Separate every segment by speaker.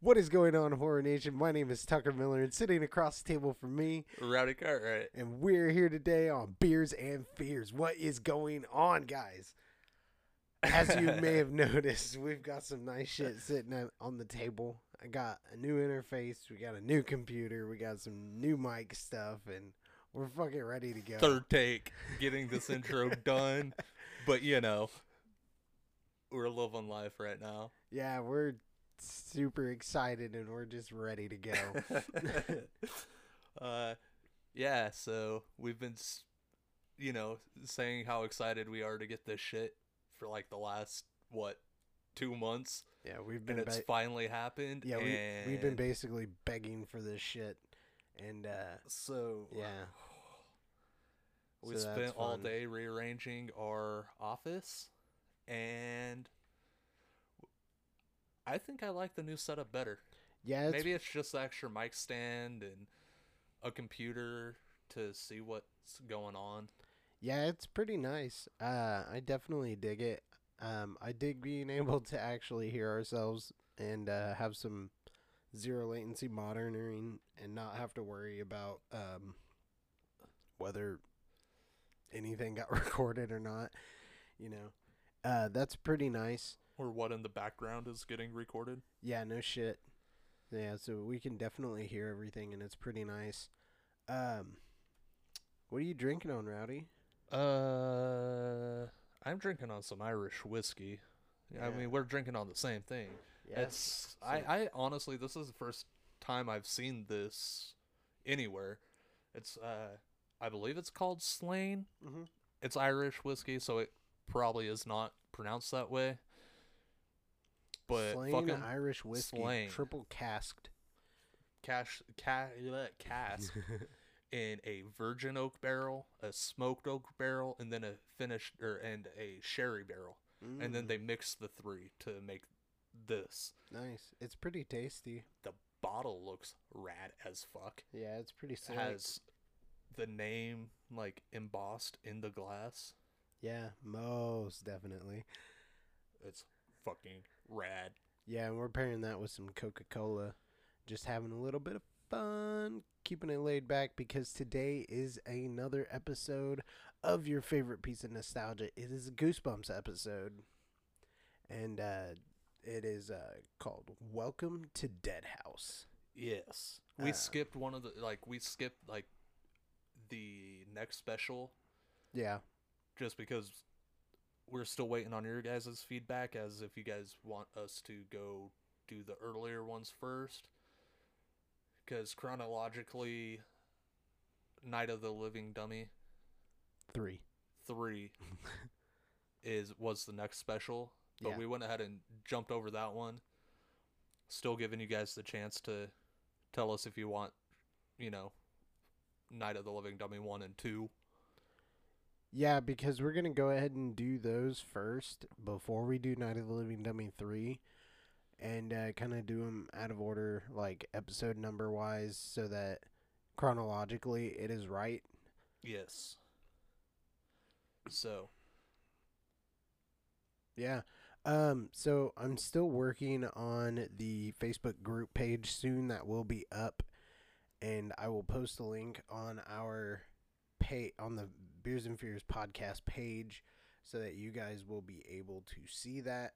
Speaker 1: What is going on, Horror Nation? My name is Tucker Miller, and sitting across the table from me,
Speaker 2: Rowdy Cartwright.
Speaker 1: and we're here today on Beers and Fears. What is going on, guys? As you may have noticed, we've got some nice shit sitting on- on the table. I got a new interface, we got a new computer, we got some new mic stuff, and we're fucking ready to go.
Speaker 2: Third take, getting this intro done. But you know, we're living life right now.
Speaker 1: Yeah, we're super excited and we're just ready to go.
Speaker 2: uh, yeah, so we've been, s- you know, saying how excited we are to get this shit for like the last, what, two months?
Speaker 1: yeah, we've
Speaker 2: And
Speaker 1: been
Speaker 2: it's
Speaker 1: ba-
Speaker 2: finally happened.
Speaker 1: yeah we, we've been
Speaker 2: and
Speaker 1: basically begging for this shit, and uh,
Speaker 2: So,
Speaker 1: yeah,
Speaker 2: We
Speaker 1: so that's
Speaker 2: spent all
Speaker 1: fun.
Speaker 2: day rearranging our office, and I think I like the new setup better.
Speaker 1: yeah, it's,
Speaker 2: Maybe it's just the extra mic stand and a computer to see what's going on.
Speaker 1: yeah, it's pretty nice. Uh, I definitely dig it. Um, I dig being able to actually hear ourselves and uh, have some zero latency monitoring and not have to worry about um, whether anything got recorded or not. You know, uh, that's pretty nice.
Speaker 2: Or what in the background is getting recorded.
Speaker 1: Yeah, no shit. Yeah, so we can definitely hear everything, and it's pretty nice. Um, what are you drinking on, Rowdy?
Speaker 2: Uh, I'm drinking on some Irish whiskey. I
Speaker 1: Yeah.
Speaker 2: mean, we're drinking on the same thing. It's I,
Speaker 1: so-
Speaker 2: I honestly this is the first time I've seen this anywhere. It's uh I believe it's called Slane.
Speaker 1: hmm
Speaker 2: It's Irish whiskey, so it probably is not pronounced that way. But
Speaker 1: Slane
Speaker 2: fucking
Speaker 1: Irish whiskey,
Speaker 2: Slane.
Speaker 1: triple casked.
Speaker 2: cash ca- bleh, cask in a virgin oak barrel, a smoked oak barrel, and then a finished or and a sherry barrel. And then
Speaker 1: Mm,
Speaker 2: they mix the three to make this.
Speaker 1: nice. It's pretty tasty.
Speaker 2: The bottle looks rad as fuck.
Speaker 1: Yeah, it's pretty slick.
Speaker 2: has the name like embossed in the glass.
Speaker 1: Yeah, most definitely.
Speaker 2: It's fucking rad.
Speaker 1: Yeah, and we're pairing that with some Coca Cola. Just having a little bit of fun, keeping it laid back because today is another episode of your favorite piece of nostalgia. It is a Goosebumps episode. And uh, it is uh, called Welcome to Dead House.
Speaker 2: Yes. We
Speaker 1: Uh.
Speaker 2: skipped one of the like we skipped like the next special
Speaker 1: Yeah.
Speaker 2: just because we're still waiting on your guys' feedback as if you guys want us to go do the earlier ones first. Cause chronologically Night of the Living Dummy
Speaker 1: Three.
Speaker 2: three is was the next special, but
Speaker 1: Yeah.
Speaker 2: we went ahead and jumped over that one. Still giving you guys the chance to tell us if you want, you know, Night of the Living Dummy one and two.
Speaker 1: Yeah, because we're gonna go ahead and do those first before we do Night of the Living Dummy three, and uh, kind of do them out of order, like episode number wise, so that chronologically it is right.
Speaker 2: Yes. So
Speaker 1: Yeah. Um. So I'm still working on the Facebook group page soon. That will be up, and I will post a link on our pay on the Beers and Fears podcast page, so that you guys will be able to see that.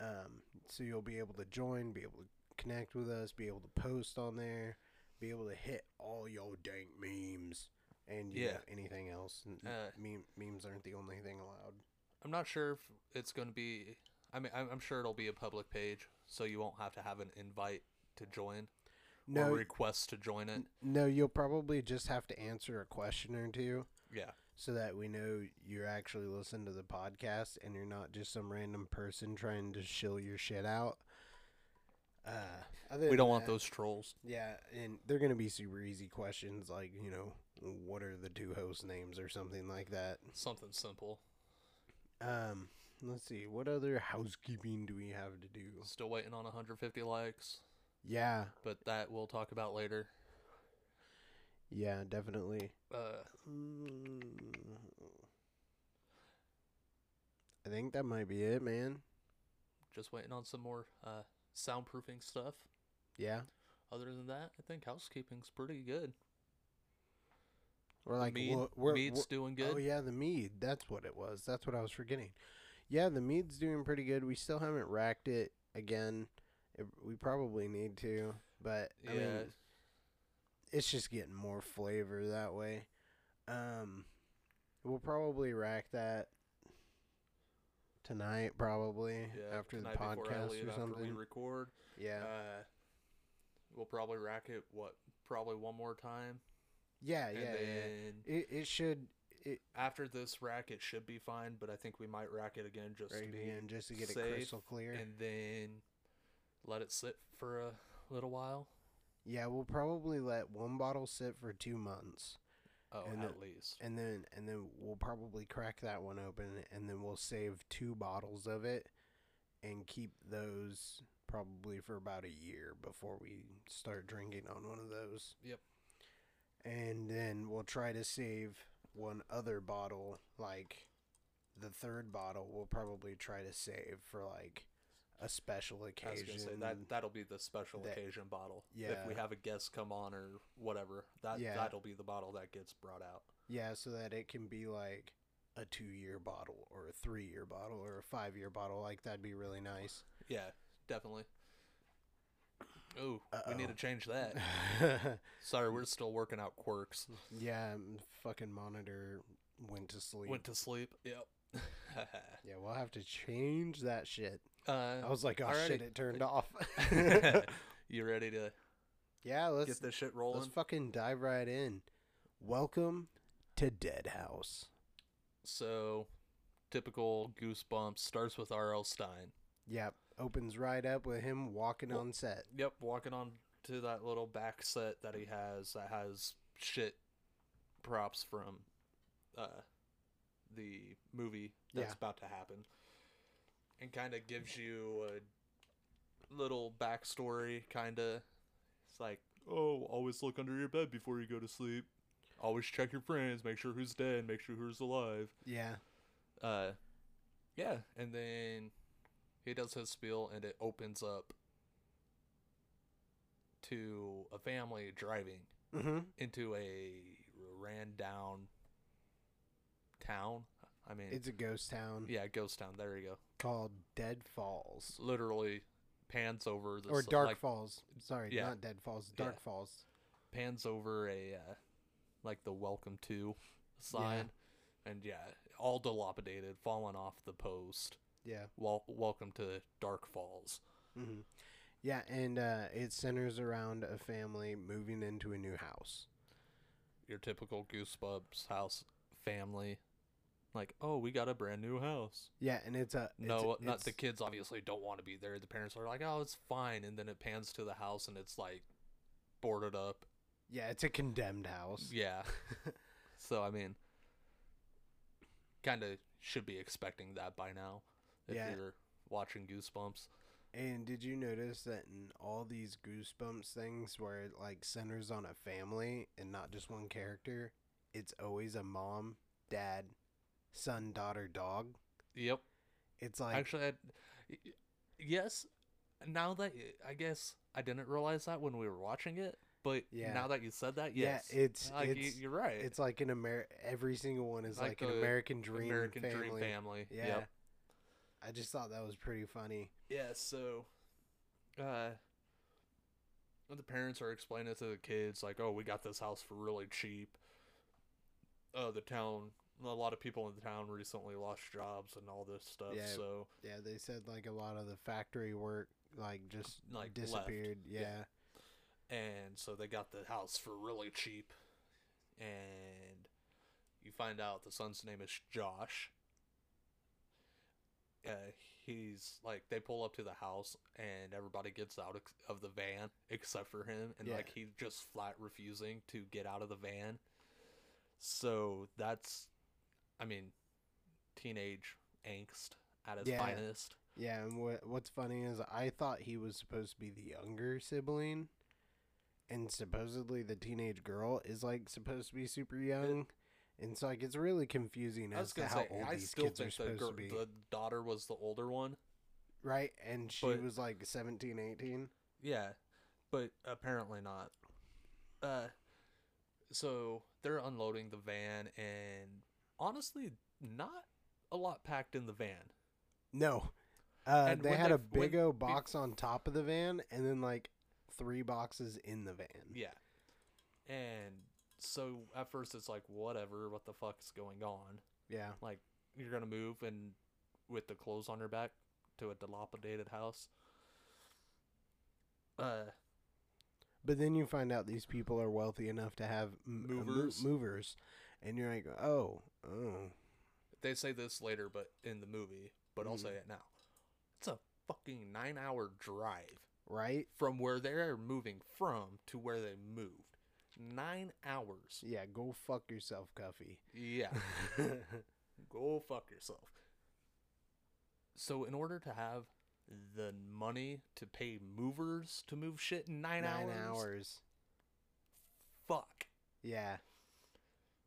Speaker 1: Um. So you'll be able to join, be able to connect with us, be able to post on there, be able to hit all your dank memes, and yeah,
Speaker 2: Yeah.
Speaker 1: anything else. N-
Speaker 2: Uh,
Speaker 1: meme, memes aren't the only thing allowed.
Speaker 2: I'm not sure if it's going to be. I mean, I'm I'm sure it'll be a public page, so you won't have to have an invite to join or request to join it.
Speaker 1: N- No, you'll probably just have to answer a question or two
Speaker 2: Yeah.
Speaker 1: so that we know you're actually listening to the podcast and you're not just some random person trying to shill your shit out. Uh, other
Speaker 2: We
Speaker 1: than
Speaker 2: don't want
Speaker 1: that-
Speaker 2: those trolls.
Speaker 1: Yeah, and they're going to be super easy questions like, you know, what are the two host names or something like that.
Speaker 2: Something simple.
Speaker 1: Um, let's see. What other housekeeping do we have to do?
Speaker 2: Still waiting on 150 likes.
Speaker 1: Yeah,
Speaker 2: but that we'll talk about later.
Speaker 1: yeah, definitely.
Speaker 2: Uh,
Speaker 1: Mm. I think that might be it, man.
Speaker 2: just waiting on some more uh, soundproofing stuff.
Speaker 1: Yeah.
Speaker 2: Other than that, I think housekeeping's pretty good.
Speaker 1: We're like
Speaker 2: Mead,
Speaker 1: we're, we're,
Speaker 2: Mead's
Speaker 1: we're-
Speaker 2: doing good.
Speaker 1: Oh yeah, the mead. That's what it was. That's what I was forgetting. Yeah, the mead's doing pretty good. We still haven't racked it again. It, we probably need to, but oh, I
Speaker 2: yeah,
Speaker 1: mean, it's just getting more flavor that way. Um, we'll probably rack that tonight, probably
Speaker 2: yeah,
Speaker 1: after the
Speaker 2: tonight before I
Speaker 1: podcast
Speaker 2: leave,
Speaker 1: or
Speaker 2: After we
Speaker 1: something.
Speaker 2: record,
Speaker 1: yeah,
Speaker 2: uh, we'll probably rack it. What? Probably one more time.
Speaker 1: yeah,
Speaker 2: and
Speaker 1: yeah, yeah.
Speaker 2: then
Speaker 1: It it should it
Speaker 2: after this rack, it should be fine. But I think we might rack it again just
Speaker 1: right
Speaker 2: to be
Speaker 1: again just to get it
Speaker 2: safe
Speaker 1: crystal clear.
Speaker 2: and then let it sit for a little while.
Speaker 1: yeah, we'll probably let one bottle sit for two months.
Speaker 2: Oh,
Speaker 1: And
Speaker 2: at least.
Speaker 1: and then and then we'll probably crack that one open and then we'll save two bottles of it and keep those probably for about a year before we start drinking on one of those
Speaker 2: Yep.
Speaker 1: and then we'll try to save one other bottle like the third bottle we'll probably try to save for like a special
Speaker 2: I was
Speaker 1: occasion
Speaker 2: gonna say that that'll be the special
Speaker 1: that-
Speaker 2: occasion bottle. If
Speaker 1: yeah.
Speaker 2: we have a guest come on or whatever, that
Speaker 1: Yeah.
Speaker 2: that'll be the bottle that gets brought out.
Speaker 1: Yeah, so that it can be like a two year bottle or a three year bottle or a five year bottle. Like that'd be really nice.
Speaker 2: Yeah, definitely. Oh, we need
Speaker 1: Uh-oh.
Speaker 2: to change that. Sorry, we're still working out quirks.
Speaker 1: yeah, m- fucking monitor went to sleep.
Speaker 2: Went to sleep. Yep.
Speaker 1: yeah, we'll have to change that shit. I
Speaker 2: uh,
Speaker 1: was like, oh shit,
Speaker 2: alrighty.
Speaker 1: it turned off.
Speaker 2: you ready to
Speaker 1: yeah, let's
Speaker 2: get this shit
Speaker 1: let's
Speaker 2: rolling?
Speaker 1: fucking dive right in. Welcome to Dead House.
Speaker 2: so, typical goosebumps starts with R.L. Stein.
Speaker 1: Yep, opens right up with him walking on set.
Speaker 2: Yep, walking on to that little back set that he has that has shit props from uh the movie that's
Speaker 1: Yeah.
Speaker 2: about to happen. And kind of gives you a little backstory kind of it's like, "Oh, always look under your bed before you go to sleep. Always check your friends, make sure who's dead, make sure who's alive."
Speaker 1: Yeah,
Speaker 2: Uh yeah, and then he does his spiel and it opens up to a family driving
Speaker 1: mm-hmm.
Speaker 2: into a ran down town. I mean,
Speaker 1: it's a ghost town
Speaker 2: yeah, ghost town. There you go.
Speaker 1: called Dead Falls.
Speaker 2: Literally pans over this
Speaker 1: or Dark
Speaker 2: like,
Speaker 1: Falls. Sorry,
Speaker 2: yeah.
Speaker 1: not Dead Falls.
Speaker 2: Yeah.
Speaker 1: Dark Falls.
Speaker 2: pans over a uh, like the welcome to sign and yeah, all dilapidated, falling off the post.
Speaker 1: Yeah.
Speaker 2: Wel- welcome to Dark Falls.
Speaker 1: hmm Yeah, and uh, it centers around a family moving into a new house.
Speaker 2: your typical goosebumps house family like oh we got a brand new house
Speaker 1: Yeah, and it's a it's
Speaker 2: no
Speaker 1: a-
Speaker 2: not the
Speaker 1: it's-
Speaker 2: kids obviously don't want to be there the parents are like oh it's fine and then it pans to the house and it's like boarded up
Speaker 1: Yeah, it's a condemned house.
Speaker 2: yeah so i mean kind of should be expecting that by now if
Speaker 1: Yeah.
Speaker 2: you're watching goosebumps
Speaker 1: And did you notice that in all these goosebumps things, where it like centers on a family and not just one character, it's always a mom, dad, son, daughter, dog.
Speaker 2: yep
Speaker 1: It's like
Speaker 2: actually I, y- yes now that y- i guess i didn't realize that when we were watching it but
Speaker 1: Yeah.
Speaker 2: now that you said that
Speaker 1: yeah,
Speaker 2: yes
Speaker 1: it's
Speaker 2: Like,
Speaker 1: it's
Speaker 2: you, you're right.
Speaker 1: It's like an Amer. Every single one is
Speaker 2: Like
Speaker 1: like, an
Speaker 2: a
Speaker 1: American Dream
Speaker 2: American
Speaker 1: family.
Speaker 2: Dream Family.
Speaker 1: Yeah.
Speaker 2: Yep.
Speaker 1: I just thought that was pretty funny.
Speaker 2: Yeah. So, uh, the parents are explaining it to the kids like, "Oh, we got this house for really cheap." Uh, the town. A lot of people in the town recently lost jobs and all this stuff.
Speaker 1: Yeah.
Speaker 2: So
Speaker 1: Yeah, they said like a lot of the factory work like just
Speaker 2: Like, left.
Speaker 1: disappeared. Yeah.
Speaker 2: Yeah. and so they got the house for really cheap, and you find out the son's name is Josh. Uh, he's like they pull up to the house and everybody gets out ex- of the van except for him and
Speaker 1: Yeah.
Speaker 2: like he's just flat refusing to get out of the van so that's i mean teenage angst at its
Speaker 1: Yeah.
Speaker 2: finest
Speaker 1: Yeah, and what what's funny is I thought he was supposed to be the younger sibling, and supposedly the teenage girl is like supposed to be super young, and so like it's really confusing
Speaker 2: i was
Speaker 1: as to
Speaker 2: gonna
Speaker 1: how
Speaker 2: say
Speaker 1: old
Speaker 2: i
Speaker 1: these
Speaker 2: still
Speaker 1: kids are
Speaker 2: think the,
Speaker 1: supposed
Speaker 2: girl,
Speaker 1: to be.
Speaker 2: the daughter was the older one
Speaker 1: right? And she
Speaker 2: But-
Speaker 1: was like 17, 18.
Speaker 2: Yeah, but apparently not. Uh, so they're unloading the van, and honestly, not a lot packed in the van.
Speaker 1: No. Uh,
Speaker 2: And
Speaker 1: they
Speaker 2: when
Speaker 1: had
Speaker 2: they-
Speaker 1: a big
Speaker 2: when-
Speaker 1: O
Speaker 2: be-
Speaker 1: box on top of the van and then like three boxes in the van.
Speaker 2: Yeah, and so at first it's like whatever, what the fuck's going on?
Speaker 1: Yeah.
Speaker 2: You're gonna move and with the clothes on your back to a dilapidated house. Uh,
Speaker 1: But then you find out these people are wealthy enough to have m- uh, mo-
Speaker 2: Movers.
Speaker 1: movers. And you're like, oh, oh.
Speaker 2: they say this later, but in the movie, but I'll
Speaker 1: Mhm.
Speaker 2: say it now. It's a fucking nine-hour drive.
Speaker 1: Right?
Speaker 2: from where they're moving from to where they moved. Nine hours.
Speaker 1: Yeah, go fuck yourself, Cuffy.
Speaker 2: Yeah. Go fuck yourself. So, in order to have the money to pay movers to move shit in nine, hours, fuck.
Speaker 1: Yeah.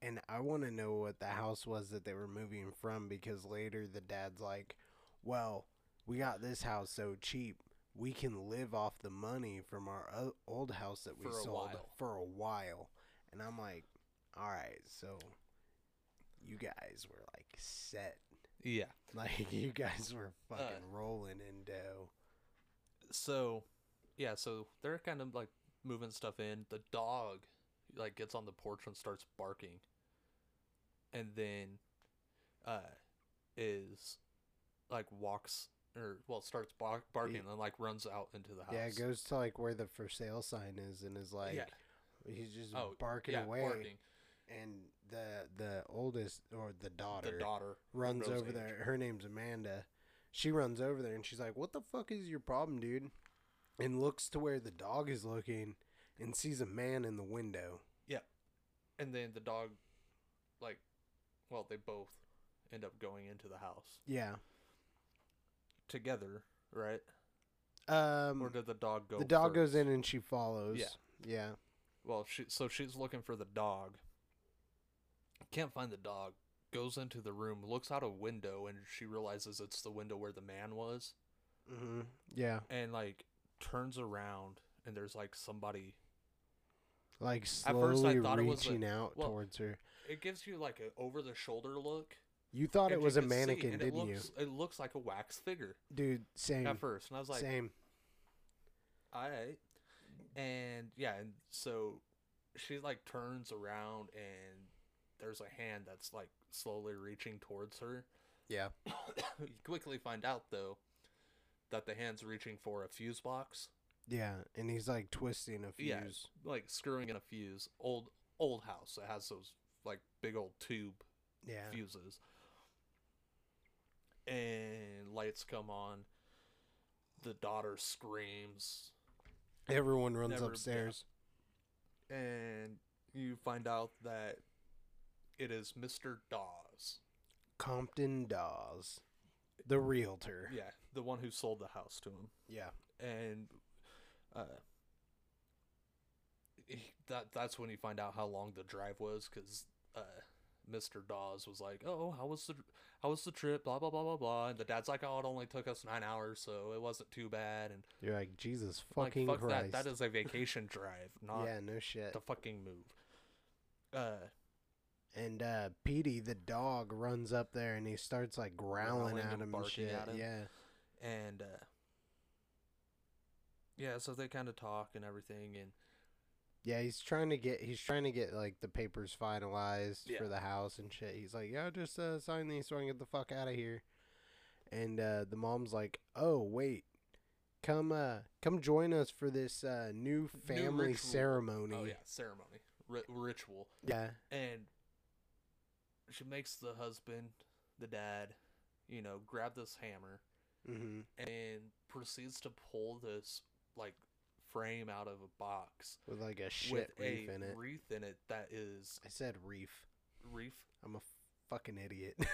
Speaker 1: And I want to know what the house was that they were moving from because later the dad's like, well, we got this house so cheap. We can live off the money from our o- old house that we
Speaker 2: For a
Speaker 1: sold
Speaker 2: while.
Speaker 1: for a while. And I'm like, all right, so you guys were like set.
Speaker 2: Yeah.
Speaker 1: Like, you guys were
Speaker 2: Uh.
Speaker 1: fucking rolling in dough.
Speaker 2: So, yeah, so they're kind of like moving stuff in. The dog like gets on the porch and starts barking. And then uh is like walks or well starts bar- barking and like runs out into the house.
Speaker 1: Yeah, it goes to like where the for sale sign is and is like,
Speaker 2: Yeah.
Speaker 1: he's just
Speaker 2: Oh,
Speaker 1: barking
Speaker 2: yeah,
Speaker 1: away.
Speaker 2: barking.
Speaker 1: and the the oldest or the daughter
Speaker 2: The daughter
Speaker 1: runs
Speaker 2: Rose
Speaker 1: over
Speaker 2: Age.
Speaker 1: there. Her name's Amanda. She runs over there and she's like, "What the fuck is your problem, dude?" And looks to where the dog is looking and sees a man in the window.
Speaker 2: And then the dog like well, they both end up going into the house
Speaker 1: Yeah.
Speaker 2: together, right?
Speaker 1: Um
Speaker 2: Or did the dog go
Speaker 1: the dog goes
Speaker 2: first?
Speaker 1: in and she follows.
Speaker 2: Yeah.
Speaker 1: Yeah.
Speaker 2: Well, she so she's looking for the dog. Can't find the dog. Goes into the room, looks out a window, and she realizes it's the window where the man was,
Speaker 1: Mm-hmm. Yeah.
Speaker 2: and like turns around, and there's like somebody.
Speaker 1: Like
Speaker 2: I
Speaker 1: slowly
Speaker 2: thought it was a-
Speaker 1: reaching out
Speaker 2: well-
Speaker 1: towards her.
Speaker 2: It gives you like a over the shoulder look.
Speaker 1: You thought
Speaker 2: and
Speaker 1: it
Speaker 2: you
Speaker 1: was a
Speaker 2: can see,
Speaker 1: mannequin,
Speaker 2: and
Speaker 1: didn't
Speaker 2: it looks, you? It looks like a wax figure
Speaker 1: you? Dude, same.
Speaker 2: at first, and I was like,
Speaker 1: same.
Speaker 2: all right. And yeah, and so she like turns around, and there's a hand that's like slowly reaching towards her.
Speaker 1: Yeah.
Speaker 2: you quickly find out though that the hand's reaching for a fuse box,
Speaker 1: Yeah, and he's like twisting a fuse.
Speaker 2: Yeah. like screwing in a fuse. Old old house that has those like big old tube
Speaker 1: Yeah.
Speaker 2: fuses. And lights come on. The daughter screams,
Speaker 1: Everyone runs
Speaker 2: Never- yeah.
Speaker 1: upstairs.
Speaker 2: and you find out that it is Mister Dawes.
Speaker 1: Compton Dawes, the realtor.
Speaker 2: Yeah, the one who sold the house to him.
Speaker 1: Yeah.
Speaker 2: and uh, he- that that's when you find out how long the drive was because uh, Mr. Dawes was like, "Oh, how was the how was the trip?" Blah blah blah blah blah. And the dad's like, "Oh, it only took us nine hours, so it wasn't too bad." And
Speaker 1: You're like Jesus
Speaker 2: I'm
Speaker 1: fucking
Speaker 2: like, fuck
Speaker 1: Christ.
Speaker 2: that. That is a vacation drive, not
Speaker 1: yeah, no shit.
Speaker 2: the fucking move. Uh,
Speaker 1: and uh Petey the dog runs up there and he starts like growling,
Speaker 2: Growling
Speaker 1: at
Speaker 2: and
Speaker 1: him and
Speaker 2: barking
Speaker 1: shit.
Speaker 2: at him.
Speaker 1: Yeah.
Speaker 2: and uh, yeah, so they kind of talk and everything, and
Speaker 1: Yeah, he's trying to get he's trying to get like the papers finalized
Speaker 2: Yeah.
Speaker 1: for the house and shit. He's like, "Yeah, just uh, sign these so I can get the fuck out of here." And uh, the mom's like, "Oh wait, come uh come join us for this uh, new family
Speaker 2: ritual.
Speaker 1: ceremony."
Speaker 2: oh yeah, ceremony, ri- ritual.
Speaker 1: yeah,
Speaker 2: and she makes the husband, the dad, you know, grab this hammer Mm-hmm.
Speaker 1: hmm
Speaker 2: and proceeds to pull this like frame out of a box
Speaker 1: with like a shit
Speaker 2: with
Speaker 1: reef
Speaker 2: a
Speaker 1: in it.
Speaker 2: wreath in it that is
Speaker 1: I said reef.
Speaker 2: reef.
Speaker 1: I'm a fucking idiot.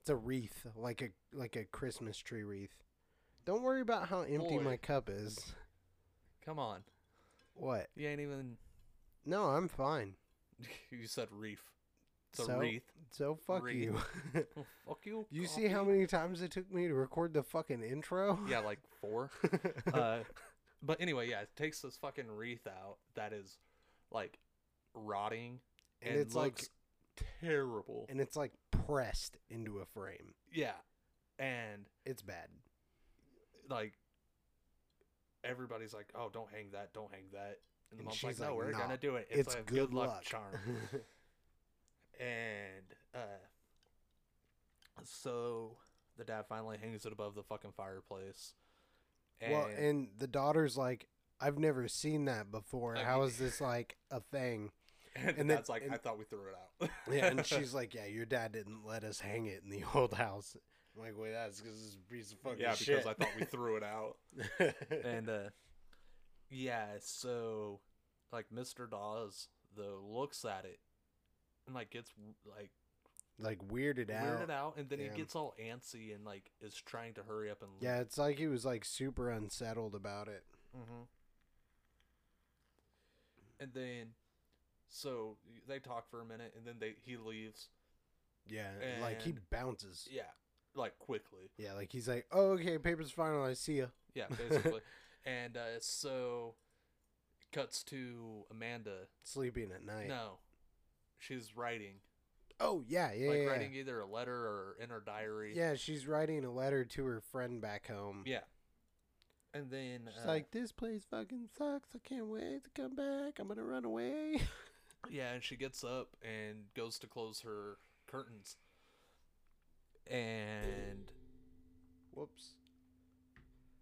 Speaker 1: it's a wreath, like a like a Christmas tree wreath. Don't worry about how empty
Speaker 2: Boy.
Speaker 1: my cup is.
Speaker 2: Come on,
Speaker 1: What?
Speaker 2: you ain't even.
Speaker 1: No, I'm fine.
Speaker 2: you said reef. The
Speaker 1: so,
Speaker 2: wreath.
Speaker 1: So fuck
Speaker 2: Wreath.
Speaker 1: you.
Speaker 2: Oh, fuck you.
Speaker 1: you see how
Speaker 2: coffee.
Speaker 1: many times it took me to record the fucking intro?
Speaker 2: Yeah, like four. uh, but anyway, yeah, it takes this fucking wreath out that is like rotting
Speaker 1: and, it's
Speaker 2: looks
Speaker 1: like
Speaker 2: terrible.
Speaker 1: and it's like pressed into a frame.
Speaker 2: yeah, and
Speaker 1: It's bad.
Speaker 2: like everybody's like, "Oh, don't hang that, don't hang that," and the
Speaker 1: And
Speaker 2: mom's
Speaker 1: she's
Speaker 2: like, "No,
Speaker 1: like,
Speaker 2: we're
Speaker 1: "Nah,
Speaker 2: gonna do it.
Speaker 1: It's,
Speaker 2: a
Speaker 1: good, luck,
Speaker 2: charm." and uh, so the dad finally hangs it above the fucking fireplace. And,
Speaker 1: well, and the daughter's like, I've never seen that before.
Speaker 2: Like-
Speaker 1: How is this like a thing?
Speaker 2: and,
Speaker 1: and then-
Speaker 2: that's like, I
Speaker 1: and-
Speaker 2: thought we threw it out.
Speaker 1: Yeah, and she's like, Yeah, your dad didn't let us hang it in the old house. I'm like, wait, that's because it's a piece of fucking
Speaker 2: yeah,
Speaker 1: shit.
Speaker 2: because I thought we threw it out. and uh yeah so like mr dawes though looks at it and like gets like
Speaker 1: like weirded out.
Speaker 2: weirded out and then
Speaker 1: Yeah.
Speaker 2: he gets all antsy and like is trying to hurry up and
Speaker 1: Yeah, it's like he was like super unsettled about it.
Speaker 2: mm-hmm. and then so they talk for a minute and then they he leaves
Speaker 1: Yeah, like he
Speaker 2: And-
Speaker 1: bounces.
Speaker 2: yeah like quickly
Speaker 1: Yeah, like he's like, oh, okay, paper's final. I see ya.
Speaker 2: yeah basically and uh so cuts to amanda
Speaker 1: Sleeping at night.
Speaker 2: no she's writing
Speaker 1: Oh yeah, yeah,
Speaker 2: like
Speaker 1: yeah.
Speaker 2: writing either a letter or in her diary.
Speaker 1: Yeah, she's writing a letter to her friend back home.
Speaker 2: Yeah. And then
Speaker 1: She's
Speaker 2: uh,
Speaker 1: like, this place fucking sucks. I can't wait to come back. I'm gonna run away.
Speaker 2: yeah, and she gets up and goes to close her curtains. And
Speaker 1: Whoops.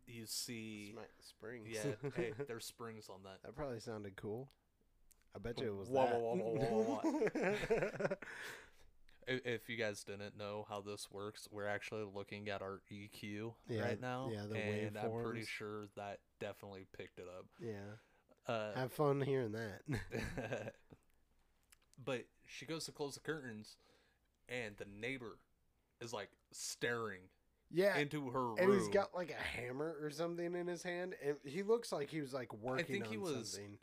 Speaker 2: you see
Speaker 1: Smack the springs.
Speaker 2: yeah, hey, there's springs on that.
Speaker 1: that probably sounded cool. I bet you it was
Speaker 2: Whoa,
Speaker 1: that.
Speaker 2: whoa, whoa, whoa, whoa, I- If you guys didn't know how this works, we're actually looking at our EQ
Speaker 1: Yeah,
Speaker 2: right now.
Speaker 1: yeah, the
Speaker 2: and I'm pretty
Speaker 1: waveforms.
Speaker 2: sure that definitely picked it up.
Speaker 1: yeah.
Speaker 2: Uh,
Speaker 1: Have fun hearing that.
Speaker 2: but she goes to close the curtains, and the neighbor is like staring
Speaker 1: yeah.
Speaker 2: into her room.
Speaker 1: and he's got like a hammer or something in his hand, and he looks like he was like working
Speaker 2: think
Speaker 1: on
Speaker 2: he was-
Speaker 1: something.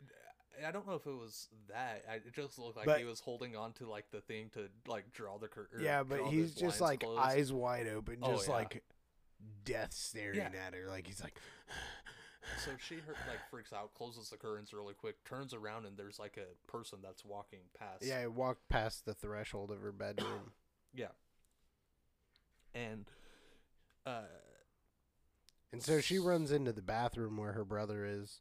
Speaker 2: I don't know if it was that. I, it just looked like
Speaker 1: But-
Speaker 2: he was holding on to like the thing to like draw the curtain.
Speaker 1: Yeah, but he's just like eyes wide open,
Speaker 2: Oh,
Speaker 1: just
Speaker 2: yeah.
Speaker 1: like death staring
Speaker 2: Yeah.
Speaker 1: at her. Like he's like,
Speaker 2: So she heard, like freaks out, closes the curtains really quick, turns around, and there's like a person that's walking past.
Speaker 1: yeah. I walked past the threshold of her bedroom.
Speaker 2: yeah. And uh,
Speaker 1: And so she runs into the bathroom where her brother is,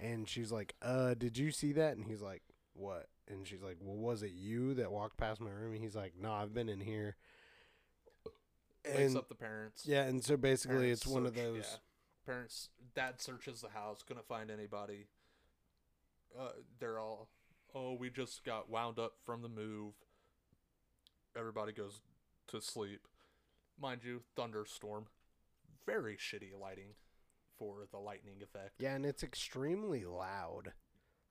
Speaker 1: and she's like, "Uh, did you see that?" And he's like, "What?" And she's like, "Well, was it you that walked past my room?" And he's like, "No, I've been in here."
Speaker 2: wakes
Speaker 1: And
Speaker 2: up the parents.
Speaker 1: yeah, and so basically,
Speaker 2: Parents
Speaker 1: it's one of
Speaker 2: search-
Speaker 1: those.
Speaker 2: yeah. Parents, dad searches the house, couldn't find anybody. Uh, they're all, oh, we just got wound up from the move. Everybody goes to sleep. Mind you, thunderstorm. Very shitty lighting for the lightning effect.
Speaker 1: Yeah, and it's extremely loud.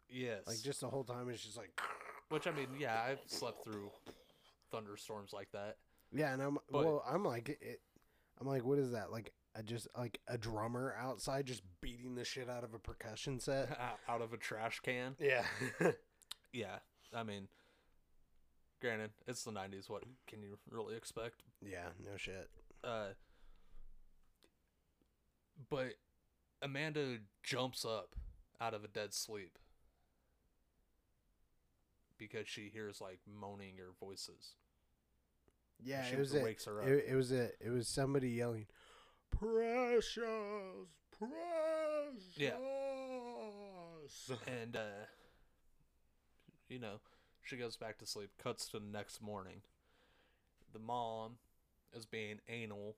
Speaker 2: Yes.
Speaker 1: Like just the whole time, it's just like.
Speaker 2: Which, I mean, yeah, I've slept through thunderstorms like that.
Speaker 1: Yeah, and I'm
Speaker 2: But-
Speaker 1: well, I'm like, it, I'm like, what is that? Like, I just like a drummer outside just beating the shit out of a percussion set.
Speaker 2: Out of a trash can.
Speaker 1: yeah,
Speaker 2: Yeah. I mean, granted, it's the 90s. What can you really expect?
Speaker 1: yeah, no shit.
Speaker 2: Uh, but Amanda jumps up out of a dead sleep because she hears like moaning or voices.
Speaker 1: Yeah,
Speaker 2: she
Speaker 1: it was a,
Speaker 2: wakes her up.
Speaker 1: it, it was a, it was somebody yelling, "Precious, precious."
Speaker 2: Yeah. and uh, you know, she goes back to sleep. Cuts to the next morning. The mom is being anal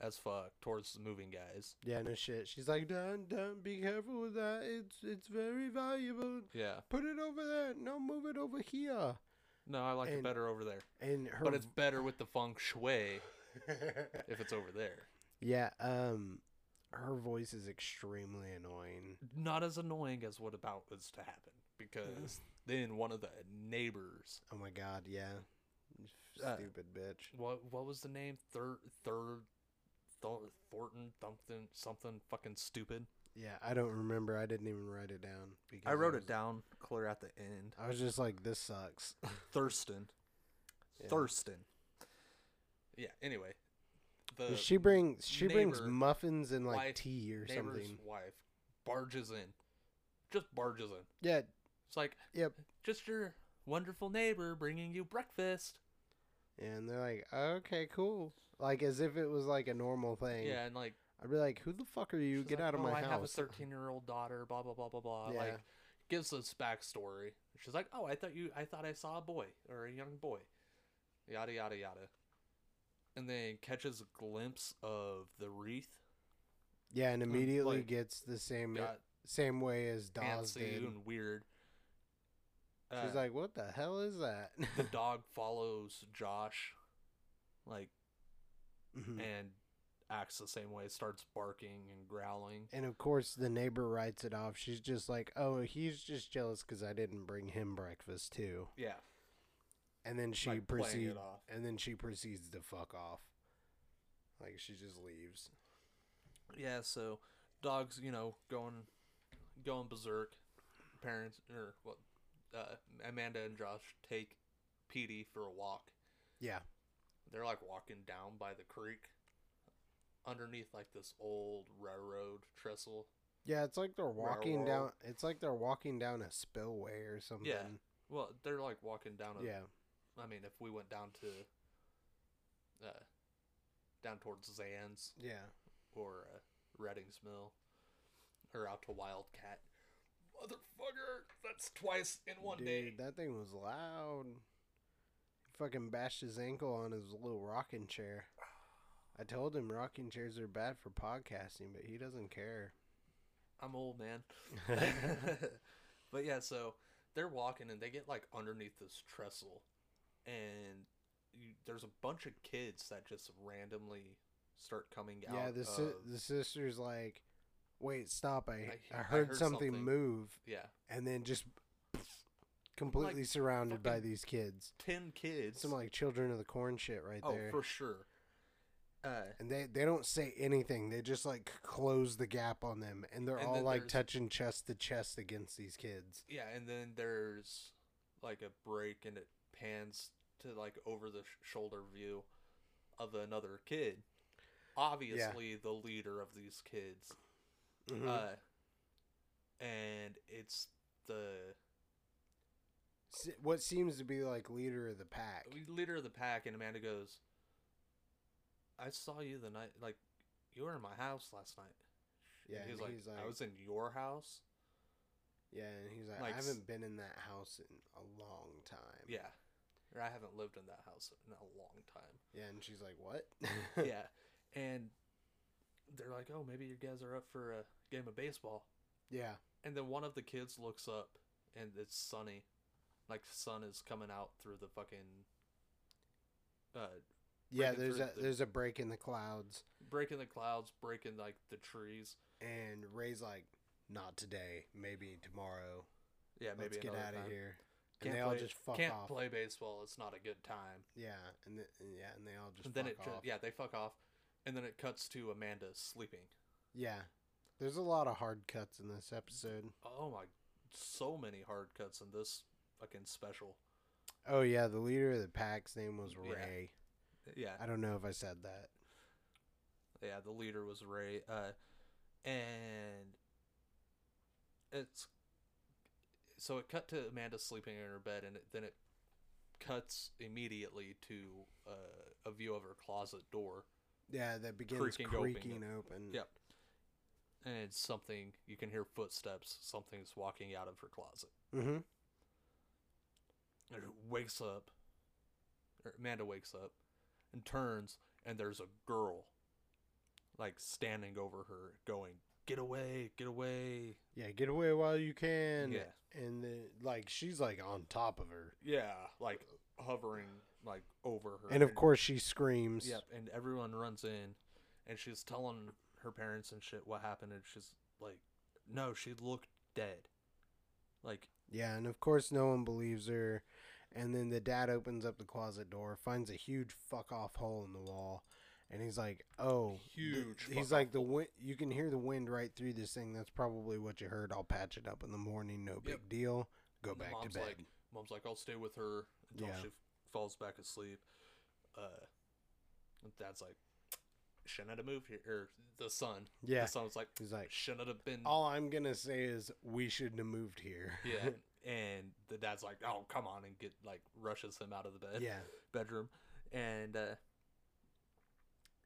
Speaker 2: as fuck towards the moving guys.
Speaker 1: Yeah, no shit. She's like, "Don't, don't be careful with that. It's, it's very valuable.
Speaker 2: Yeah.
Speaker 1: Put it over there. No, move it over here."
Speaker 2: No, I like
Speaker 1: And
Speaker 2: it better over there.
Speaker 1: And her,
Speaker 2: But it's better with the feng shui if it's over there.
Speaker 1: Yeah, um her voice is extremely annoying.
Speaker 2: Not as annoying as what about was to happen because then one of the neighbors,
Speaker 1: Oh my god, yeah.
Speaker 2: Uh,
Speaker 1: Stupid bitch.
Speaker 2: what what was the name? Third third Thor- Thornton something something fucking stupid.
Speaker 1: Yeah, I don't remember. I didn't even write it down because
Speaker 2: I wrote
Speaker 1: was-
Speaker 2: it down clear at the end.
Speaker 1: I was just like this sucks.
Speaker 2: Thurston.
Speaker 1: Yeah.
Speaker 2: Thurston. Yeah. Anyway, the
Speaker 1: she brings she brings
Speaker 2: uh, neighbor-
Speaker 1: muffins and like
Speaker 2: wife-
Speaker 1: tea or
Speaker 2: neighbor's
Speaker 1: something.
Speaker 2: wife barges in, just barges in.
Speaker 1: Yeah,
Speaker 2: It's like
Speaker 1: yep.
Speaker 2: just your wonderful neighbor bringing you breakfast.
Speaker 1: And they're like, "Okay, cool." Like as if it was like a normal thing.
Speaker 2: Yeah, and like
Speaker 1: I'd be like, "Who the fuck are you?
Speaker 2: she's
Speaker 1: Get
Speaker 2: like,
Speaker 1: out of
Speaker 2: "Oh,
Speaker 1: my
Speaker 2: I
Speaker 1: house."
Speaker 2: have a thirteen-year-old daughter. Blah blah blah blah blah.
Speaker 1: Yeah.
Speaker 2: Like gives us backstory. She's like, "Oh, I thought you. I thought I saw a boy or a young boy." Yada yada yada. And then catches a glimpse of the wreath.
Speaker 1: yeah, and immediately
Speaker 2: Mm, like,
Speaker 1: gets the same
Speaker 2: Got
Speaker 1: same way as Dawes
Speaker 2: fancy
Speaker 1: did.
Speaker 2: and weird. Uh,
Speaker 1: She's like, "What the hell is that?"
Speaker 2: the dog follows Josh, like,
Speaker 1: Mhm.
Speaker 2: and acts the same way. Starts barking and growling.
Speaker 1: and of course, the neighbor writes it off. She's just like, "Oh, he's just jealous because I didn't bring him breakfast too."
Speaker 2: Yeah,
Speaker 1: And then she
Speaker 2: like playing
Speaker 1: proceeds,
Speaker 2: it off.
Speaker 1: and then she proceeds to fuck off. Like she just leaves.
Speaker 2: Yeah, so dogs, you know, going going berserk. Parents or what? Uh, Amanda and Josh take Petey for a walk.
Speaker 1: Yeah,
Speaker 2: They're like walking down by the creek, underneath like this old railroad trestle.
Speaker 1: yeah. It's like they're walking down.
Speaker 2: Railroad.
Speaker 1: It's like they're walking down a spillway or something.
Speaker 2: Well, they're like walking down. A,
Speaker 1: Yeah.
Speaker 2: I mean, if we went down to, uh, down towards Zan's
Speaker 1: Yeah.
Speaker 2: or uh, Redding's Mill, or out to Wildcat. Motherfucker, that's twice in one
Speaker 1: Dude,
Speaker 2: day.
Speaker 1: that thing was loud. Fucking bashed his ankle on his little rocking chair. I told him rocking chairs are bad for podcasting, but he doesn't care.
Speaker 2: I'm old man. but yeah, so they're walking and they get like underneath this trestle, and you, there's a bunch of kids that just randomly start coming out.
Speaker 1: yeah, the si-
Speaker 2: of-
Speaker 1: the sister's like, "Wait, stop! I
Speaker 2: he-
Speaker 1: I,
Speaker 2: Uh, I
Speaker 1: heard,
Speaker 2: heard
Speaker 1: something,
Speaker 2: something."
Speaker 1: move,"
Speaker 2: yeah,
Speaker 1: and then just completely surrounded by
Speaker 2: fucking
Speaker 1: these kids.
Speaker 2: ten kids.
Speaker 1: Some like children of the corn shit right
Speaker 2: oh,
Speaker 1: there.
Speaker 2: for sure. Uh,
Speaker 1: and they they don't say anything. They just like close the gap on them, and they're
Speaker 2: And
Speaker 1: all
Speaker 2: then
Speaker 1: like
Speaker 2: there's-
Speaker 1: touching chest to chest against these kids.
Speaker 2: Yeah, and then there's like a break and it pans to like over the sh- shoulder view of another kid. Obviously, the leader of these kids.
Speaker 1: Mhm.
Speaker 2: Uh, and it's the
Speaker 1: Se- what seems to be like leader of the pack.
Speaker 2: leader of the pack, and Amanda goes, I saw you the night, like, you were in my house last night.
Speaker 1: Yeah,
Speaker 2: and
Speaker 1: and
Speaker 2: he's, like, I was in your house.
Speaker 1: yeah, and he's like,
Speaker 2: like,
Speaker 1: I
Speaker 2: s-
Speaker 1: haven't been in that house in a long time.
Speaker 2: Yeah. Or I haven't lived in that house in a long time.
Speaker 1: yeah, and she's like, what?
Speaker 2: yeah, and they're like, "Oh, maybe you guys are up for a game of baseball."
Speaker 1: yeah,
Speaker 2: And then one of the kids looks up, and it's sunny, like the sun is coming out through the fucking uh,
Speaker 1: yeah.
Speaker 2: Breaking
Speaker 1: There's
Speaker 2: through
Speaker 1: a
Speaker 2: the-
Speaker 1: there's a break in the clouds,
Speaker 2: breaking the clouds, breaking like the trees.
Speaker 1: and Ray's like, not today, maybe tomorrow.
Speaker 2: Yeah, maybe
Speaker 1: Let's get
Speaker 2: another
Speaker 1: out of
Speaker 2: time.
Speaker 1: here. And
Speaker 2: Can't
Speaker 1: they all
Speaker 2: play-
Speaker 1: just fuck
Speaker 2: can't
Speaker 1: off.
Speaker 2: play baseball. It's not a good time.
Speaker 1: Yeah, and, th- and yeah, and they all just
Speaker 2: and then
Speaker 1: fuck
Speaker 2: it ju-
Speaker 1: off.
Speaker 2: yeah they fuck off, and then it cuts to Amanda sleeping.
Speaker 1: yeah. There's a lot of hard cuts in this episode.
Speaker 2: Oh my, so many hard cuts in this fucking special.
Speaker 1: Oh yeah, the leader of the pack's name was
Speaker 2: Yeah.
Speaker 1: Ray.
Speaker 2: Yeah,
Speaker 1: I don't know if I said that.
Speaker 2: Yeah, the leader was Ray. Uh, and it's so it cut to Amanda sleeping in her bed, and it, then it cuts immediately to uh, a view of her closet door.
Speaker 1: Yeah, that begins
Speaker 2: Creaking
Speaker 1: creaking,
Speaker 2: open.
Speaker 1: open.
Speaker 2: Yep. And it's something you can hear footsteps. Something's walking out of her closet.
Speaker 1: Mm-hmm.
Speaker 2: And it wakes up. Or Amanda wakes up, and turns, and there's a girl, like standing over her, going, "Get away! Get away!"
Speaker 1: Yeah, get away while you can.
Speaker 2: Yeah.
Speaker 1: And then, like, she's like on top of her.
Speaker 2: Yeah, like hovering like over her.
Speaker 1: And of course, she screams.
Speaker 2: yep. And everyone runs in, and she's telling her parents and shit what happened, and she's like, "No, she looked dead." Like,
Speaker 1: Yeah, and of course, no one believes her. And then the dad opens up the closet door, finds a huge fuck off hole in the wall. And he's like, oh. the-
Speaker 2: Huge
Speaker 1: he's
Speaker 2: fuck-off
Speaker 1: like, the wind. You can hear the wind right through this thing. That's probably what you heard. I'll patch it up in the morning. No big deal. Go
Speaker 2: and the
Speaker 1: back to
Speaker 2: mom's
Speaker 1: bed.
Speaker 2: Like, mom's like, "I'll stay with her until
Speaker 1: Yeah.
Speaker 2: she falls back asleep. Uh, and Dad's like, shouldn't have moved here. Or the son.
Speaker 1: Yeah. Oh.
Speaker 2: The son was like,
Speaker 1: He's like,
Speaker 2: shouldn't have been.
Speaker 1: all I'm gonna say is we shouldn't have moved here.
Speaker 2: Yeah. And the dad's like, oh, come on, and get like rushes him out of the bed
Speaker 1: yeah.
Speaker 2: bedroom, and uh,